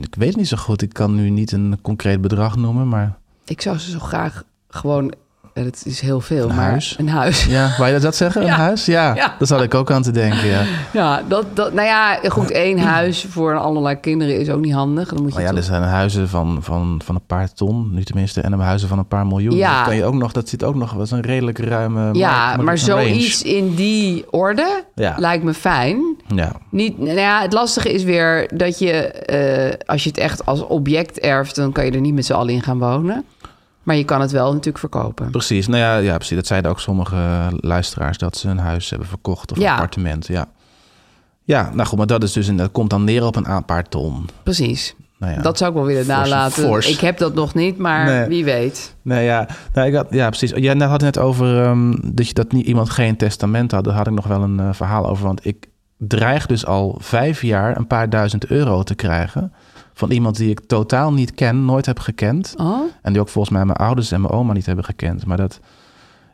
Speaker 2: ik weet het niet zo goed, ik kan nu niet een concreet bedrag noemen, maar
Speaker 3: Ik zou ze zo graag gewoon... en Het is heel veel,
Speaker 2: Een
Speaker 3: maar
Speaker 2: huis?
Speaker 3: een huis.
Speaker 2: ja, wou je dat zeggen,
Speaker 3: Ja.
Speaker 2: een huis? Ja,
Speaker 3: Ja.
Speaker 2: daar zat ik ook aan te denken, ja.
Speaker 3: Ja, dat, dat, nou ja, goed, één huis voor allerlei kinderen is ook niet handig. Dan moet je
Speaker 2: Maar Oh ja, dus
Speaker 3: toch-
Speaker 2: er zijn huizen van, van, van een paar ton, nu tenminste, en een huizen van een paar miljoen.
Speaker 3: Ja.
Speaker 2: Dat, kan je ook nog, dat zit ook nog, dat is een redelijk ruime
Speaker 3: ja
Speaker 2: markt-
Speaker 3: maar
Speaker 2: markt- range.
Speaker 3: zoiets in die orde
Speaker 2: Ja.
Speaker 3: lijkt me fijn.
Speaker 2: Ja.
Speaker 3: Niet, nou ja, het lastige is weer dat je, eh, als je het echt als object erft, dan kan je er niet met z'n allen in gaan wonen. Maar je kan het wel natuurlijk verkopen.
Speaker 2: Precies, nou ja, ja, precies. Dat zeiden ook sommige eh, luisteraars dat ze een huis hebben verkocht of
Speaker 3: Ja.
Speaker 2: een appartement. Ja. ja, nou goed, maar dat is dus en dat komt dan neer op een a- paar ton.
Speaker 3: Precies.
Speaker 2: Nou ja.
Speaker 3: Dat zou ik wel willen
Speaker 2: Fors-
Speaker 3: nalaten.
Speaker 2: fors.
Speaker 3: Ik heb dat nog niet, maar
Speaker 2: Nee.
Speaker 3: wie weet.
Speaker 2: Nee, ja, nou, ik had, ja, precies. Jij had het net over ehm, dat je dat niet, iemand geen testament had. Daar had ik nog wel een eh, verhaal over. Want ik dreig dus al vijf jaar een paar duizend euro te krijgen van iemand die ik totaal niet ken, nooit heb gekend.
Speaker 3: Oh,
Speaker 2: En die ook volgens mij mijn ouders en mijn oma niet hebben gekend. Maar dat.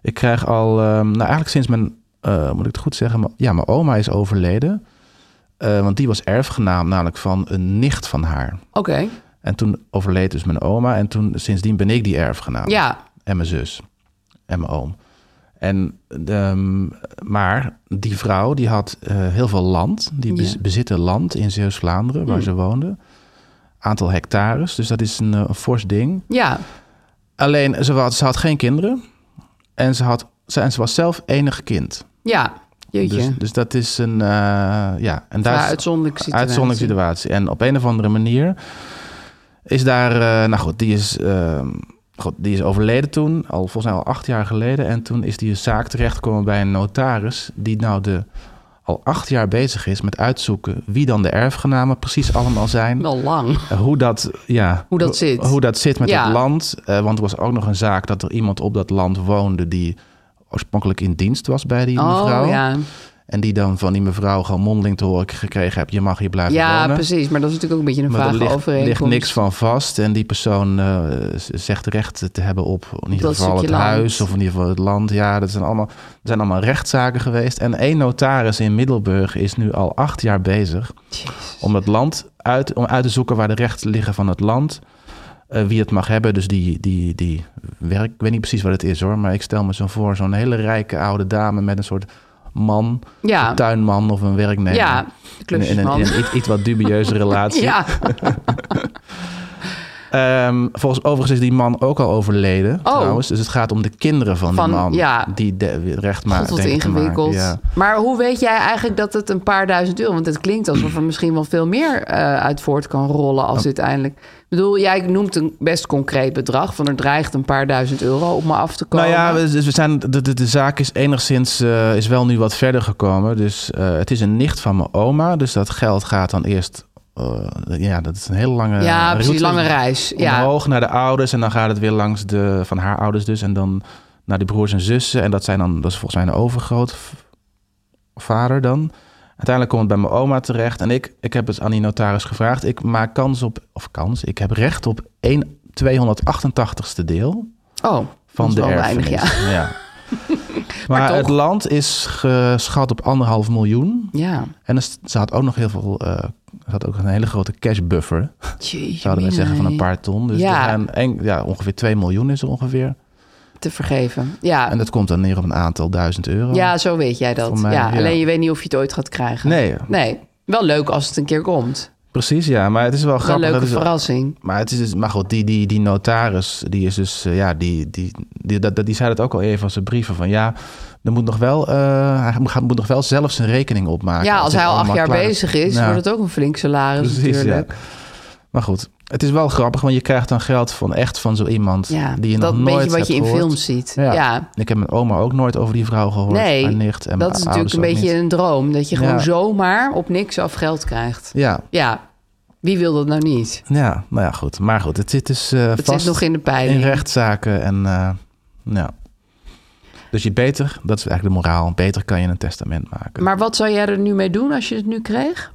Speaker 2: Ik krijg al, ehm, nou eigenlijk sinds mijn, eh, moet ik het goed zeggen, mijn- ja, mijn oma is overleden. Eh, want die was erfgenaam namelijk van een nicht van haar.
Speaker 3: Oké,
Speaker 2: En toen overleed dus mijn oma. En toen, sindsdien ben ik die erfgenaam.
Speaker 3: ja.
Speaker 2: En mijn zus. En mijn oom. En, ehm, maar die vrouw die had eh, heel veel land. Die bez-
Speaker 3: Ja.
Speaker 2: bezitte land in Zeeuws-Vlaanderen, waar ze woonde. Aantal hectares. Dus dat is een, eh, een fors ding.
Speaker 3: Ja,
Speaker 2: Alleen, ze had, ze had geen kinderen. En ze, had, ze, en ze was zelf enig kind.
Speaker 3: ja. Jeetje.
Speaker 2: Dus, dus dat is een... eh, ja, en daar
Speaker 3: Ja,
Speaker 2: is-
Speaker 3: uitzonderlijke situatie.
Speaker 2: uitzonderlijke situatie. En op een of andere manier is daar, eh, nou goed, die is, eh, goed, die is overleden toen, al volgens mij al acht jaar geleden. En toen is die zaak terechtgekomen bij een notaris die nou de al acht jaar bezig is met uitzoeken wie dan de erfgenamen precies allemaal zijn.
Speaker 3: Wel lang.
Speaker 2: Eh, Hoe dat, ja,
Speaker 3: Hoe dat zit.
Speaker 2: Hoe, dat zit met
Speaker 3: Ja.
Speaker 2: het land. Eh, want er was ook nog een zaak dat er iemand op dat land woonde die oorspronkelijk in dienst was bij die mevrouw.
Speaker 3: Oh ja.
Speaker 2: En die dan van die mevrouw gewoon mondeling te horen gekregen hebt, je mag hier blijven
Speaker 3: Ja,
Speaker 2: wonen.
Speaker 3: precies. Maar dat is natuurlijk ook een beetje een
Speaker 2: Maar er
Speaker 3: vage
Speaker 2: ligt,
Speaker 3: overeenkomst.
Speaker 2: ligt niks van vast. En die persoon eh, z- zegt recht te hebben op in ieder
Speaker 3: dat
Speaker 2: geval het
Speaker 3: stukje land.
Speaker 2: huis of in ieder geval het land. Ja, dat zijn allemaal, dat zijn allemaal rechtszaken geweest. En één notaris in Middelburg is nu al acht jaar bezig
Speaker 3: Jezus.
Speaker 2: om het land uit, om uit te zoeken waar de rechten liggen van het land. eh, wie het mag hebben. Dus die, die, die werk, ik weet niet precies wat het is hoor. Maar ik stel me zo voor, zo'n hele rijke oude dame met een soort man,
Speaker 3: Ja.
Speaker 2: een tuinman of een werknemer.
Speaker 3: Ja, de
Speaker 2: in, in een,
Speaker 3: klusjesman.
Speaker 2: in een iets, iets wat dubieuze relatie.
Speaker 3: Ja,
Speaker 2: Ehm, volgens overigens is die man ook al overleden
Speaker 3: Oh.
Speaker 2: trouwens. Dus het gaat om de kinderen van,
Speaker 3: Van-
Speaker 2: die man
Speaker 3: ja.
Speaker 2: die de, recht maar
Speaker 3: God, wat
Speaker 2: denken te maken.
Speaker 3: ingewikkeld.
Speaker 2: Ja.
Speaker 3: Maar hoe weet jij eigenlijk dat het een paar duizend euro... want het klinkt alsof er misschien wel veel meer eh, uit voort kan rollen
Speaker 2: Oh.
Speaker 3: als dit eindelijk... Ik bedoel, jij noemt een best concreet bedrag... van er dreigt een paar duizend euro op me af te komen.
Speaker 2: Nou ja, we, dus we zijn, de, de, de zaak is enigszins eh, is wel nu wat verder gekomen. Dus eh, het is een nicht van mijn oma. Dus dat geld gaat dan eerst. eh, ja, dat is een hele lange
Speaker 3: Ja, precies,
Speaker 2: route.
Speaker 3: lange reis, ja.
Speaker 2: Omhoog naar de ouders. En dan gaat het weer langs de van haar ouders dus. En dan naar die broers en zussen. En dat zijn dan, dat is volgens mij een overgrootvader dan. Uiteindelijk komt het bij mijn oma terecht. En ik, ik heb het aan die notaris gevraagd. Ik maak kans op, of kans, ik heb recht op 1 288ste deel
Speaker 3: Oh,
Speaker 2: van de
Speaker 3: wel weinig,
Speaker 2: erfenis.
Speaker 3: ja.
Speaker 2: ja. Maar,
Speaker 3: toch.
Speaker 2: het land is geschat op anderhalf miljoen.
Speaker 3: Ja,
Speaker 2: En er st- ze had ook nog heel veel. eh, ze had ook een hele grote cash buffer.
Speaker 3: jeetje
Speaker 2: Zouden we
Speaker 3: mina,
Speaker 2: zeggen van een
Speaker 3: hé.
Speaker 2: paar ton. Dus
Speaker 3: Ja.
Speaker 2: er gaan en, ja, ongeveer 2 miljoen is er ongeveer.
Speaker 3: Te vergeven, ja.
Speaker 2: En dat komt dan neer op een aantal duizend euro.
Speaker 3: Ja, zo weet jij dat.
Speaker 2: Voor mij,
Speaker 3: ja,
Speaker 2: ja.
Speaker 3: Alleen je weet niet of je het ooit gaat krijgen.
Speaker 2: Nee.
Speaker 3: Nee, wel leuk als het een keer komt.
Speaker 2: Precies, ja. Maar het is wel
Speaker 3: Wel een
Speaker 2: grappig.
Speaker 3: leuke
Speaker 2: dat is-
Speaker 3: verrassing.
Speaker 2: maar, het is dus, maar goed, die, die, die notaris, die is dus, eh, ja, die, die, die, dat, dat- die zei dat ook al even als zijn brieven. Van ja, er moet nog wel, eh, hij moet, moet nog wel zelf zijn rekening opmaken.
Speaker 3: Ja, als
Speaker 2: dit
Speaker 3: hij al acht
Speaker 2: allemaal
Speaker 3: jaar
Speaker 2: klaar
Speaker 3: bezig is,
Speaker 2: Ja.
Speaker 3: wordt het ook een flink salaris
Speaker 2: Precies, ja.
Speaker 3: natuurlijk.
Speaker 2: Maar goed, het is wel grappig, want je krijgt dan geld van echt van zo iemand
Speaker 3: Ja,
Speaker 2: die je
Speaker 3: dat
Speaker 2: nog
Speaker 3: beetje
Speaker 2: nooit
Speaker 3: wat
Speaker 2: hebt
Speaker 3: je in
Speaker 2: gehoord.
Speaker 3: films ziet. Ja,
Speaker 2: Ik heb mijn oma ook nooit over die vrouw gehoord.
Speaker 3: nee,
Speaker 2: haar nicht
Speaker 3: dat
Speaker 2: en mijn
Speaker 3: is natuurlijk
Speaker 2: ouders
Speaker 3: een
Speaker 2: ook
Speaker 3: beetje
Speaker 2: niet.
Speaker 3: een droom. Dat je
Speaker 2: Ja.
Speaker 3: gewoon zomaar op niks af geld krijgt.
Speaker 2: Ja,
Speaker 3: Ja, wie wil dat nou niet?
Speaker 2: ja, nou ja, goed. Maar goed, het zit dus eh,
Speaker 3: Het
Speaker 2: vast
Speaker 3: zit nog in de
Speaker 2: in,
Speaker 3: peiling.
Speaker 2: rechtszaken en eh, ja. Dus je beter, dat is eigenlijk de moraal, beter kan je een testament maken.
Speaker 3: Maar wat zou jij er nu mee doen als je het nu kreeg?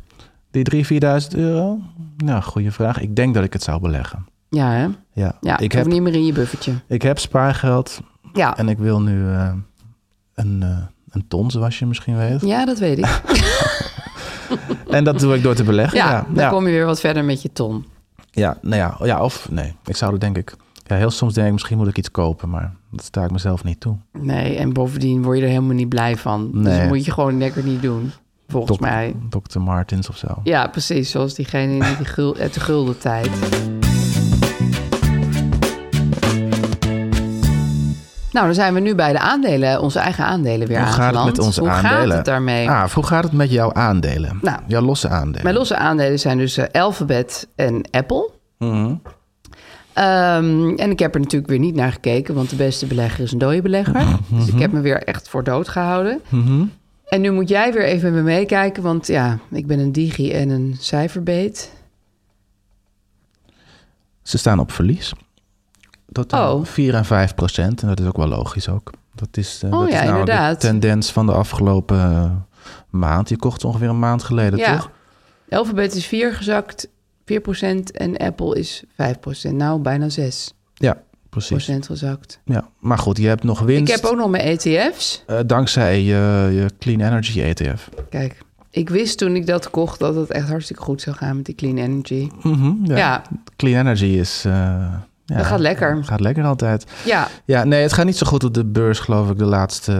Speaker 2: Die 3.000, 4.000 euro? Nou, goede vraag. Ik denk dat ik het zou beleggen.
Speaker 3: Ja, hè?
Speaker 2: Ja,
Speaker 3: Ja,
Speaker 2: ik,
Speaker 3: ik heb
Speaker 2: heb,
Speaker 3: niet meer in je buffertje.
Speaker 2: ik heb spaargeld
Speaker 3: Ja,
Speaker 2: en ik wil nu eh, een, eh, een ton, zoals je misschien weet.
Speaker 3: ja dat weet ik.
Speaker 2: En dat doe ik door te beleggen.
Speaker 3: Ja,
Speaker 2: Ja,
Speaker 3: dan
Speaker 2: ja.
Speaker 3: kom je weer wat verder met je ton.
Speaker 2: Ja, nou ja, ja, of nee. Ik zou er denk ik. Ja, heel soms denk ik, misschien moet ik iets kopen, maar dat sta ik mezelf niet toe.
Speaker 3: Nee, en bovendien word je er helemaal niet blij van. Dus
Speaker 2: Nee.
Speaker 3: dat moet je gewoon lekker niet doen, volgens
Speaker 2: Dok-
Speaker 3: mij.
Speaker 2: Dr. Martens of zo.
Speaker 3: Ja, precies, zoals diegene in die gul, uit de gulden tijd. Nou, dan zijn we nu bij de aandelen, onze eigen aandelen weer
Speaker 2: Hoe gaat het
Speaker 3: aangeland.
Speaker 2: met onze
Speaker 3: Hoe
Speaker 2: aandelen?
Speaker 3: gaat het daarmee?
Speaker 2: Ah, hoe gaat het met jouw aandelen?
Speaker 3: Nou.
Speaker 2: jouw losse aandelen.
Speaker 3: Mijn losse aandelen zijn dus eh, Alphabet en Apple. Ehm, en ik heb er natuurlijk weer niet naar gekeken, want de beste belegger is een dode belegger. Dus ik heb me weer echt voor dood gehouden. En nu moet jij weer even met me meekijken, want ja, ik ben een digi en een cijferbeet.
Speaker 2: Ze staan op verlies. Totaal
Speaker 3: Oh.
Speaker 2: 4 en 5 procent. En dat is ook wel logisch ook. Dat is, eh,
Speaker 3: Oh
Speaker 2: dat
Speaker 3: ja,
Speaker 2: is nou
Speaker 3: inderdaad.
Speaker 2: de tendens van de afgelopen eh, maand. Je kocht ze ongeveer een maand geleden, toch?
Speaker 3: Alphabet is 4 gezakt, 4% en Apple is 5%. Nou, bijna 6.
Speaker 2: Ja. precies.
Speaker 3: procent gezakt.
Speaker 2: Ja. Maar goed, je hebt nog
Speaker 3: Ik
Speaker 2: winst
Speaker 3: heb ook nog mijn E ETF's.
Speaker 2: eh, dankzij je, je Clean Energy E ETF.
Speaker 3: Kijk, ik wist toen ik dat kocht dat het echt hartstikke goed zou gaan met die clean energy.
Speaker 2: Mhm, ja.
Speaker 3: Ja,
Speaker 2: Clean Energy is... eh, ja,
Speaker 3: Dat gaat lekker.
Speaker 2: Gaat lekker altijd.
Speaker 3: ja.
Speaker 2: Ja, nee, het gaat niet zo goed op de beurs, geloof ik, de laatste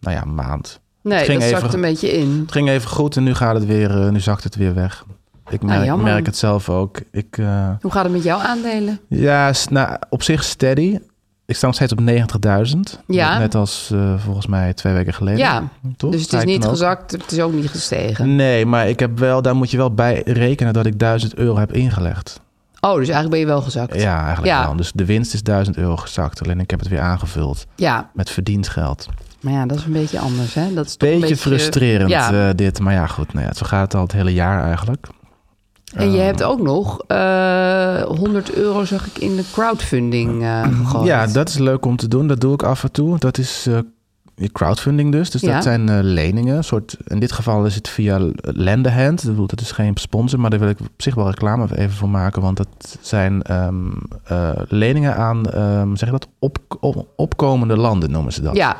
Speaker 2: nou ja, maand.
Speaker 3: Nee,
Speaker 2: ging
Speaker 3: dat
Speaker 2: even-
Speaker 3: zakt een beetje in.
Speaker 2: Het ging even goed en nu gaat het weer, eh, nu zakt het weer weg. Ik merk,
Speaker 3: Ah, jammer.
Speaker 2: merk het zelf ook. Ik, eh,
Speaker 3: Hoe gaat het met jouw aandelen?
Speaker 2: ja, s- nou, op zich steady. Ik sta nog steeds op 90.000.
Speaker 3: Ja.
Speaker 2: Net als eh, volgens mij twee weken geleden.
Speaker 3: Ja,
Speaker 2: Toch?
Speaker 3: dus het
Speaker 2: Sta
Speaker 3: is
Speaker 2: ik
Speaker 3: niet
Speaker 2: dan ook?
Speaker 3: gezakt, het is ook niet gestegen.
Speaker 2: Nee, maar ik heb wel, daar moet je wel bij rekenen dat ik 1000 euro heb ingelegd.
Speaker 3: Oh, dus eigenlijk ben je wel gezakt.
Speaker 2: Ja, eigenlijk
Speaker 3: Ja.
Speaker 2: wel. Dus de winst is 1000 euro gezakt. Alleen ik heb het weer aangevuld
Speaker 3: Ja,
Speaker 2: met verdiend geld.
Speaker 3: maar ja, dat is een beetje anders, hè? Dat is toch
Speaker 2: Beetje,
Speaker 3: een beetje
Speaker 2: frustrerend
Speaker 3: Ja.
Speaker 2: eh, dit. Maar ja, goed. Nou ja, zo gaat het al het hele jaar eigenlijk.
Speaker 3: en je hebt ook nog eh 100 euro, zag ik, in de crowdfunding eh gegooid.
Speaker 2: Ja, dat is leuk om te doen. Dat doe ik af en toe. Dat is eh, crowdfunding dus. Dus
Speaker 3: Ja.
Speaker 2: dat zijn eh, leningen. Een Soort, in dit geval is het via Lendehand. Ik bedoel, Dat is geen sponsor, maar daar wil ik op zich wel reclame even voor maken. Want dat zijn ehm, eh, leningen aan, ehm, zeg je dat, op, op- opkomende landen noemen ze dat.
Speaker 3: Ja.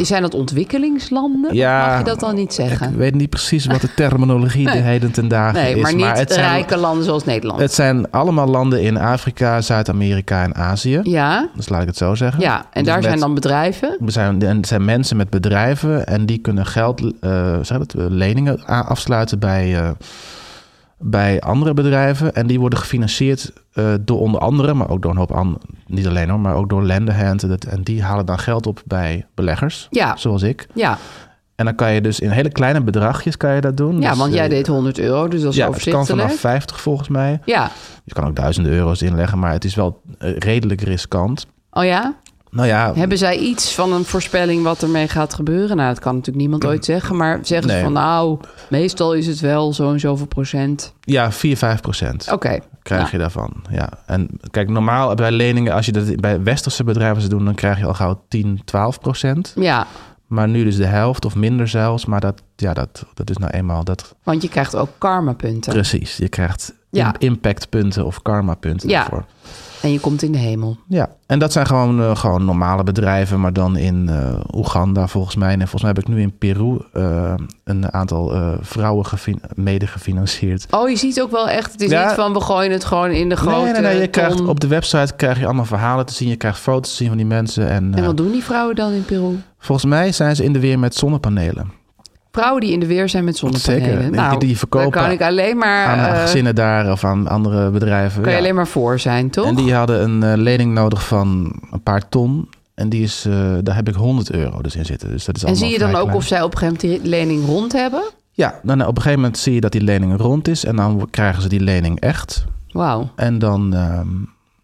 Speaker 3: Zijn dat ontwikkelingslanden?
Speaker 2: Ja.
Speaker 3: Of Mag je dat dan niet zeggen?
Speaker 2: Ik weet niet precies wat de terminologie de heden ten dagen
Speaker 3: nee,
Speaker 2: is.
Speaker 3: maar niet eh,
Speaker 2: het zijn,
Speaker 3: rijke landen zoals Nederland.
Speaker 2: het zijn allemaal landen in Afrika, Zuid-Amerika en Azië.
Speaker 3: ja,
Speaker 2: Dus laat ik het zo zeggen.
Speaker 3: ja, en
Speaker 2: Dus
Speaker 3: daar
Speaker 2: met-
Speaker 3: zijn dan bedrijven.
Speaker 2: Er zijn, er zijn mensen met bedrijven en die kunnen geld, eh, zeg dat, eh, leningen a- afsluiten bij, eh, bij andere bedrijven. En die worden gefinancierd eh, door onder andere, maar ook door een hoop andere, niet alleen hoor, maar ook door lenderhand. En dat- En die halen dan geld op bij beleggers,
Speaker 3: Ja.
Speaker 2: zoals ik.
Speaker 3: Ja,
Speaker 2: En dan kan je dus in hele kleine bedragjes kan je dat doen.
Speaker 3: ja
Speaker 2: Dus,
Speaker 3: want jij
Speaker 2: eh,
Speaker 3: deed 100 euro, dus dat is
Speaker 2: ja, het kan
Speaker 3: overzichtelijk.
Speaker 2: vanaf 50 volgens mij.
Speaker 3: Ja,
Speaker 2: Je kan ook duizenden euro's inleggen, maar het is wel eh, redelijk riskant.
Speaker 3: oh ja?
Speaker 2: Nou ja,
Speaker 3: Hebben zij iets van een voorspelling wat ermee gaat gebeuren? Nou, dat kan natuurlijk niemand ooit zeggen. Maar zeggen
Speaker 2: Nee.
Speaker 3: ze van nou, meestal is het wel zo en zoveel procent.
Speaker 2: ja 4, 5 procent.
Speaker 3: Oké.
Speaker 2: krijg
Speaker 3: Nou,
Speaker 2: je daarvan. Ja. En kijk, normaal bij leningen, als je dat bij westerse bedrijven zou doen, dan krijg je al gauw 10, 12 procent.
Speaker 3: Ja,
Speaker 2: Maar nu dus de helft of minder zelfs. Maar dat, ja, dat, dat is nou eenmaal dat.
Speaker 3: want je krijgt ook karmapunten.
Speaker 2: Precies. Je krijgt
Speaker 3: Ja.
Speaker 2: im- impactpunten of karmapunten
Speaker 3: Ja.
Speaker 2: daarvoor.
Speaker 3: En je komt in de hemel.
Speaker 2: Ja. En dat zijn gewoon, eh, gewoon normale bedrijven, maar dan in eh, Oeganda volgens mij. En volgens mij heb ik nu in Peru eh, een aantal eh, vrouwen gefin- mede gefinancierd.
Speaker 3: Oh, je ziet ook wel echt, het is
Speaker 2: Ja.
Speaker 3: niet van we gooien het gewoon in de grote
Speaker 2: nee, nee, nee. Je
Speaker 3: ton.
Speaker 2: krijgt, op de website krijg je allemaal verhalen te zien. Je krijgt foto's te zien van die mensen. En,
Speaker 3: En
Speaker 2: eh,
Speaker 3: wat doen die vrouwen dan in Peru?
Speaker 2: Volgens mij zijn ze in de weer met zonnepanelen.
Speaker 3: Vrouwen die in de weer zijn met zonnepanelen.
Speaker 2: Zeker. Die-
Speaker 3: Nou,
Speaker 2: die verkopen
Speaker 3: daar kan ik alleen maar,
Speaker 2: aan
Speaker 3: eh,
Speaker 2: gezinnen daar of aan andere bedrijven.
Speaker 3: kan je
Speaker 2: ja.
Speaker 3: alleen maar voor zijn, toch?
Speaker 2: En die hadden een eh, lening nodig van een paar ton. En die is, eh, daar heb ik 100 euro dus in zitten. Dus dat is
Speaker 3: en
Speaker 2: allemaal
Speaker 3: zie je dan
Speaker 2: vrij
Speaker 3: ook
Speaker 2: klein.
Speaker 3: of zij op een gegeven moment die lening rond hebben?
Speaker 2: Ja, dan, eh, op een gegeven moment zie je dat die lening rond is. En dan krijgen ze die lening echt.
Speaker 3: Wauw,
Speaker 2: En dan, ehm,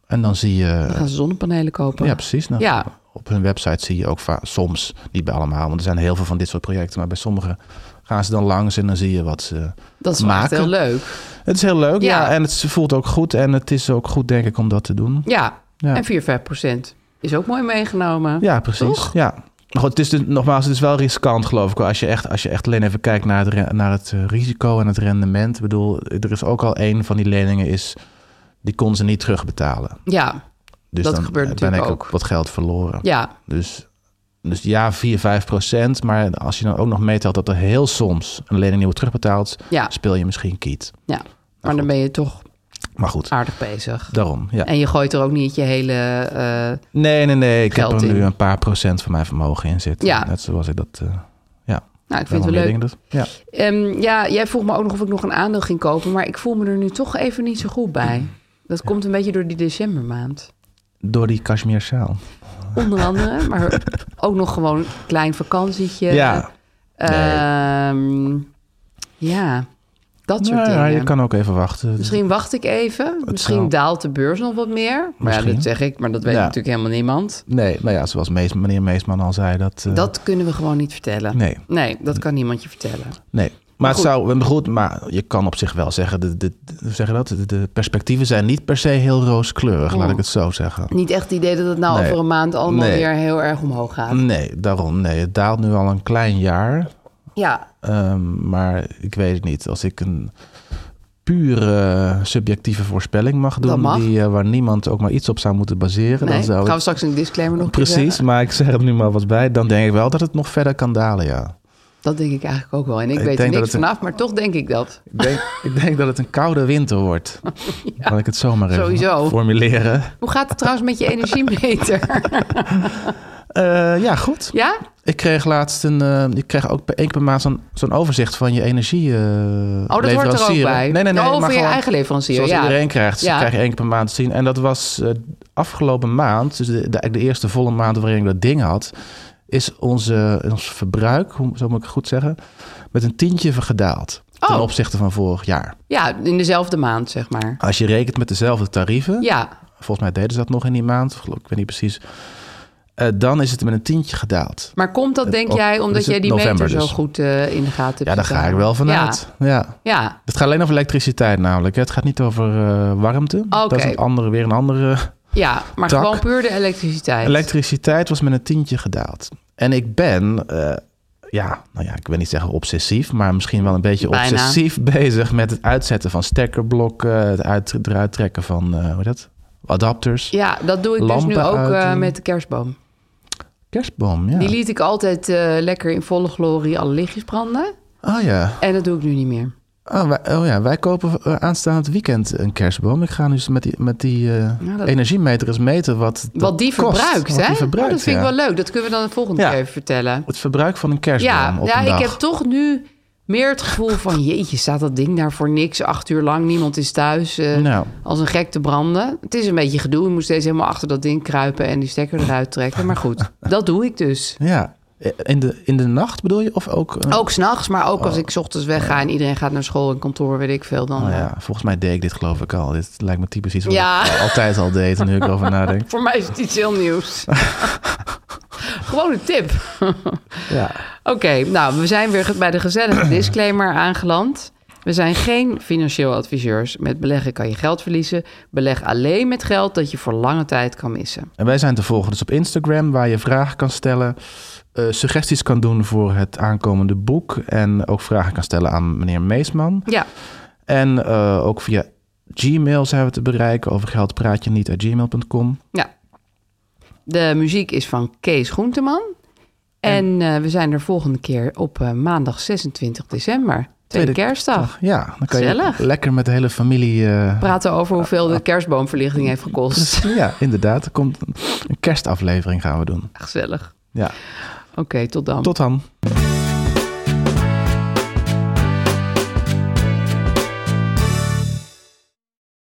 Speaker 2: en dan zie je...
Speaker 3: dan gaan ze zonnepanelen kopen.
Speaker 2: Ja, precies. Nou,
Speaker 3: Ja.
Speaker 2: Op hun website zie je ook va- soms, niet bij allemaal, want er zijn heel veel van dit soort projecten. Maar bij sommige gaan ze dan langs en dan zie je wat ze...
Speaker 3: Dat is wel echt
Speaker 2: maken.
Speaker 3: heel leuk.
Speaker 2: Het is heel leuk, ja.
Speaker 3: Ja.
Speaker 2: En het voelt ook goed. En het is ook goed, denk ik, om dat te doen.
Speaker 3: Ja,
Speaker 2: Ja.
Speaker 3: en 4, 5 procent is ook mooi meegenomen.
Speaker 2: Ja, precies.
Speaker 3: Toch?
Speaker 2: Ja. Maar goed, het is dus, nogmaals, het is wel riskant, geloof ik. wel. Als je echt, als je echt alleen even kijkt naar het, re- naar het eh, risico en het rendement. Ik bedoel, er is ook al één van die leningen is, die kon ze niet terugbetalen.
Speaker 3: Ja,
Speaker 2: Dus
Speaker 3: Dat
Speaker 2: dan
Speaker 3: gebeurt
Speaker 2: ben ik
Speaker 3: natuurlijk
Speaker 2: ook.
Speaker 3: ook.
Speaker 2: wat geld verloren.
Speaker 3: ja,
Speaker 2: Dus, dus ja, 4, 5 procent. Maar als je dan ook nog meetelt dat er heel soms een lening nieuw terugbetaalt,
Speaker 3: ja.
Speaker 2: speel je misschien kiet.
Speaker 3: ja. Maar dan ben je toch
Speaker 2: Maar goed,
Speaker 3: aardig bezig.
Speaker 2: daarom. Ja.
Speaker 3: En je gooit er ook niet je hele... eh,
Speaker 2: Nee, nee, nee. Ik heb
Speaker 3: Geld
Speaker 2: er nu
Speaker 3: in.
Speaker 2: een paar procent van mijn vermogen in zitten.
Speaker 3: Ja.
Speaker 2: Net zoals ik dat... eh, ja.
Speaker 3: nou, ik
Speaker 2: wel
Speaker 3: vind het wel
Speaker 2: meer
Speaker 3: leuk.
Speaker 2: dingen doe. Ja.
Speaker 3: Ehm, ja, jij vroeg me ook nog of ik nog een aandeel ging kopen. Maar ik voel me er nu toch even niet zo goed bij. Dat komt een beetje door die decembermaand.
Speaker 2: Door die Kashmir Sjaal.
Speaker 3: Onder andere, maar ook nog gewoon een klein vakantietje.
Speaker 2: Ja.
Speaker 3: Ehm, ja, dat soort
Speaker 2: Nou ja,
Speaker 3: dingen. Dus
Speaker 2: je kan ook even wachten. Dus-
Speaker 3: Misschien wacht ik even. Misschien
Speaker 2: zou-
Speaker 3: daalt de beurs nog wat meer. Maar ja,
Speaker 2: Misschien.
Speaker 3: dat zeg ik, maar dat weet
Speaker 2: Ja.
Speaker 3: natuurlijk helemaal niemand.
Speaker 2: Nee, nou ja, zoals Mees, meneer Meesman al zei. Dat, eh,
Speaker 3: Dat kunnen we gewoon niet vertellen.
Speaker 2: Nee.
Speaker 3: Nee, dat kan niemand je vertellen.
Speaker 2: Nee. Maar, het
Speaker 3: goed.
Speaker 2: zou goed, maar je kan op zich wel zeggen, de, de, de- hoe zeg je dat? De, de perspectieven zijn niet per se heel rooskleurig, laat
Speaker 3: Oh.
Speaker 2: ik het zo zeggen.
Speaker 3: Niet echt het idee dat het nou
Speaker 2: Nee.
Speaker 3: over een maand allemaal
Speaker 2: Nee. Mm.
Speaker 3: weer heel erg omhoog gaat.
Speaker 2: Nee, daarom. Nee, het daalt nu al een klein jaar.
Speaker 3: Ja,
Speaker 2: Ehm, maar ik weet het niet. Als ik een pure subjectieve voorspelling mag doen.
Speaker 3: mag.
Speaker 2: Die, eh, waar niemand ook maar iets op zou moeten baseren.
Speaker 3: Nee,
Speaker 2: dan zou
Speaker 3: gaan we
Speaker 2: ik-
Speaker 3: straks een disclaimer nog
Speaker 2: Precies,
Speaker 3: zeggen.
Speaker 2: maar ik zeg er nu maar wat bij. Dan denk ik wel dat het nog verder kan dalen, ja.
Speaker 3: Dat denk ik eigenlijk ook wel. En ik,
Speaker 2: Ik
Speaker 3: weet er
Speaker 2: denk dat
Speaker 3: niks
Speaker 2: het-
Speaker 3: vanaf, maar toch denk ik dat.
Speaker 2: Ik denk, ik denk dat het een koude winter wordt. Laat ik het zomaar even
Speaker 3: Sowieso.
Speaker 2: formuleren.
Speaker 3: Hoe gaat het trouwens met je energiemeter?
Speaker 2: Eh, ja, goed.
Speaker 3: ja?
Speaker 2: Ik kreeg laatst een. eh, ik kreeg ook per- één keer per maand zo'n, zo'n overzicht van je energie. eh,
Speaker 3: Oh, dat hoort er ook
Speaker 2: leverancieren.
Speaker 3: bij.
Speaker 2: Nee, nee, nee.
Speaker 3: Oh,
Speaker 2: maar
Speaker 3: voor je
Speaker 2: gewoon
Speaker 3: eigen leverancier.
Speaker 2: Zoals
Speaker 3: ja.
Speaker 2: iedereen krijgt. Dus
Speaker 3: Ja.
Speaker 2: dat krijg je één keer per maand te zien. En dat was eh, afgelopen maand, dus de, de, eigenlijk de eerste volle maand waarin ik dat ding had, is onze, ons verbruik, hoe zou moet ik het goed zeggen, met een tientje vergedaald. Ten
Speaker 3: Oh.
Speaker 2: opzichte van vorig jaar.
Speaker 3: Ja, in dezelfde maand, zeg maar.
Speaker 2: Als je rekent met dezelfde tarieven,
Speaker 3: Ja,
Speaker 2: volgens mij deden ze dat nog in die maand, of geloof- ik weet niet precies, eh, dan is het met een tientje gedaald.
Speaker 3: maar komt dat, denk
Speaker 2: op-
Speaker 3: jij, omdat
Speaker 2: is het
Speaker 3: jij die
Speaker 2: november
Speaker 3: meter zo
Speaker 2: dus?
Speaker 3: goed eh, in de gaten hebt?
Speaker 2: Ja, daar ga ik wel vanuit.
Speaker 3: Ja,
Speaker 2: ja.
Speaker 3: ja.
Speaker 2: Het gaat alleen over elektriciteit namelijk. hè. Het gaat niet over eh, warmte. Dat is een andere, weer een andere.
Speaker 3: ja maar
Speaker 2: Tak.
Speaker 3: gewoon puur de elektriciteit.
Speaker 2: Elektriciteit was met een tientje gedaald. En ik ben, eh, ja, nou ja, ik wil niet zeggen obsessief, maar misschien wel een beetje
Speaker 3: Bijna.
Speaker 2: obsessief bezig met het uitzetten van stekkerblokken, het uit, eruit trekken van, eh, hoe heet dat? Adapters.
Speaker 3: ja, dat doe ik dus nu
Speaker 2: Lampen
Speaker 3: ook eh,
Speaker 2: uitdoen.
Speaker 3: met de kerstboom.
Speaker 2: Kerstboom, ja.
Speaker 3: Die liet ik altijd eh, lekker in volle glorie alle lichtjes branden.
Speaker 2: Oh ja.
Speaker 3: En dat doe ik nu niet meer.
Speaker 2: Oh, wij, oh ja, wij kopen eh, aanstaand weekend een kerstboom. Ik ga nu eens met die, met die eh,
Speaker 3: Ja, Nou, dat-
Speaker 2: energiemeter eens meten wat
Speaker 3: Wat die verbruikt, hè?
Speaker 2: Die verbruikt,
Speaker 3: Oh, dat vind
Speaker 2: ja.
Speaker 3: ik wel leuk. Dat kunnen we dan de volgende
Speaker 2: Ja.
Speaker 3: keer even vertellen.
Speaker 2: Het verbruik van een kerstboom
Speaker 3: Ja,
Speaker 2: op
Speaker 3: ja
Speaker 2: een
Speaker 3: ik
Speaker 2: dag.
Speaker 3: heb toch nu meer het gevoel van... jeetje, staat dat ding daar voor niks? Acht uur lang, niemand is thuis. eh,
Speaker 2: Nou.
Speaker 3: Als een gek te branden. Het is een beetje gedoe. Je moet steeds helemaal achter dat ding kruipen... en die stekker eruit trekken. Maar goed, dat doe ik dus.
Speaker 2: Ja. In de, in de nacht bedoel je? Of ook... eh,
Speaker 3: Ook s'nachts, maar ook als ik 's ochtends wegga... en iedereen gaat naar school en kantoor, weet ik veel. Dan,
Speaker 2: oh
Speaker 3: eh,
Speaker 2: ja, volgens mij deed ik dit geloof ik al. Dit lijkt me typisch iets wat
Speaker 3: Ja.
Speaker 2: ik al- altijd al deed, nu ik erover nadenk.
Speaker 3: Voor mij is het iets heel nieuws. Gewoon een tip.
Speaker 2: Ja.
Speaker 3: Oké, nou, we zijn weer bij de gezellige disclaimer aangeland. We zijn geen financieel adviseurs. Met beleggen kan je geld verliezen. Beleg alleen met geld dat je voor lange tijd kan missen.
Speaker 2: En wij zijn te volgen dus op Instagram, waar je vragen kan stellen, eh, suggesties kan doen voor het aankomende boek en ook vragen kan stellen aan meneer Meesman.
Speaker 3: Ja,
Speaker 2: En eh, ook via Gmail zijn we te bereiken, over geld praat je niet, at gmail.com.
Speaker 3: ja. De muziek is van Kees Groenteman. En eh, we zijn er volgende keer op eh, maandag 26 december. Tweede, kerstdag.
Speaker 2: Ja, dan kan
Speaker 3: Gezellig.
Speaker 2: je lekker met de hele familie... eh,
Speaker 3: Praten over hoeveel de kerstboomverlichting heeft gekost.
Speaker 2: Ja, inderdaad. Er komt een kerstaflevering gaan we doen.
Speaker 3: Gezellig.
Speaker 2: Ja.
Speaker 3: Oké, tot dan.
Speaker 2: Tot dan.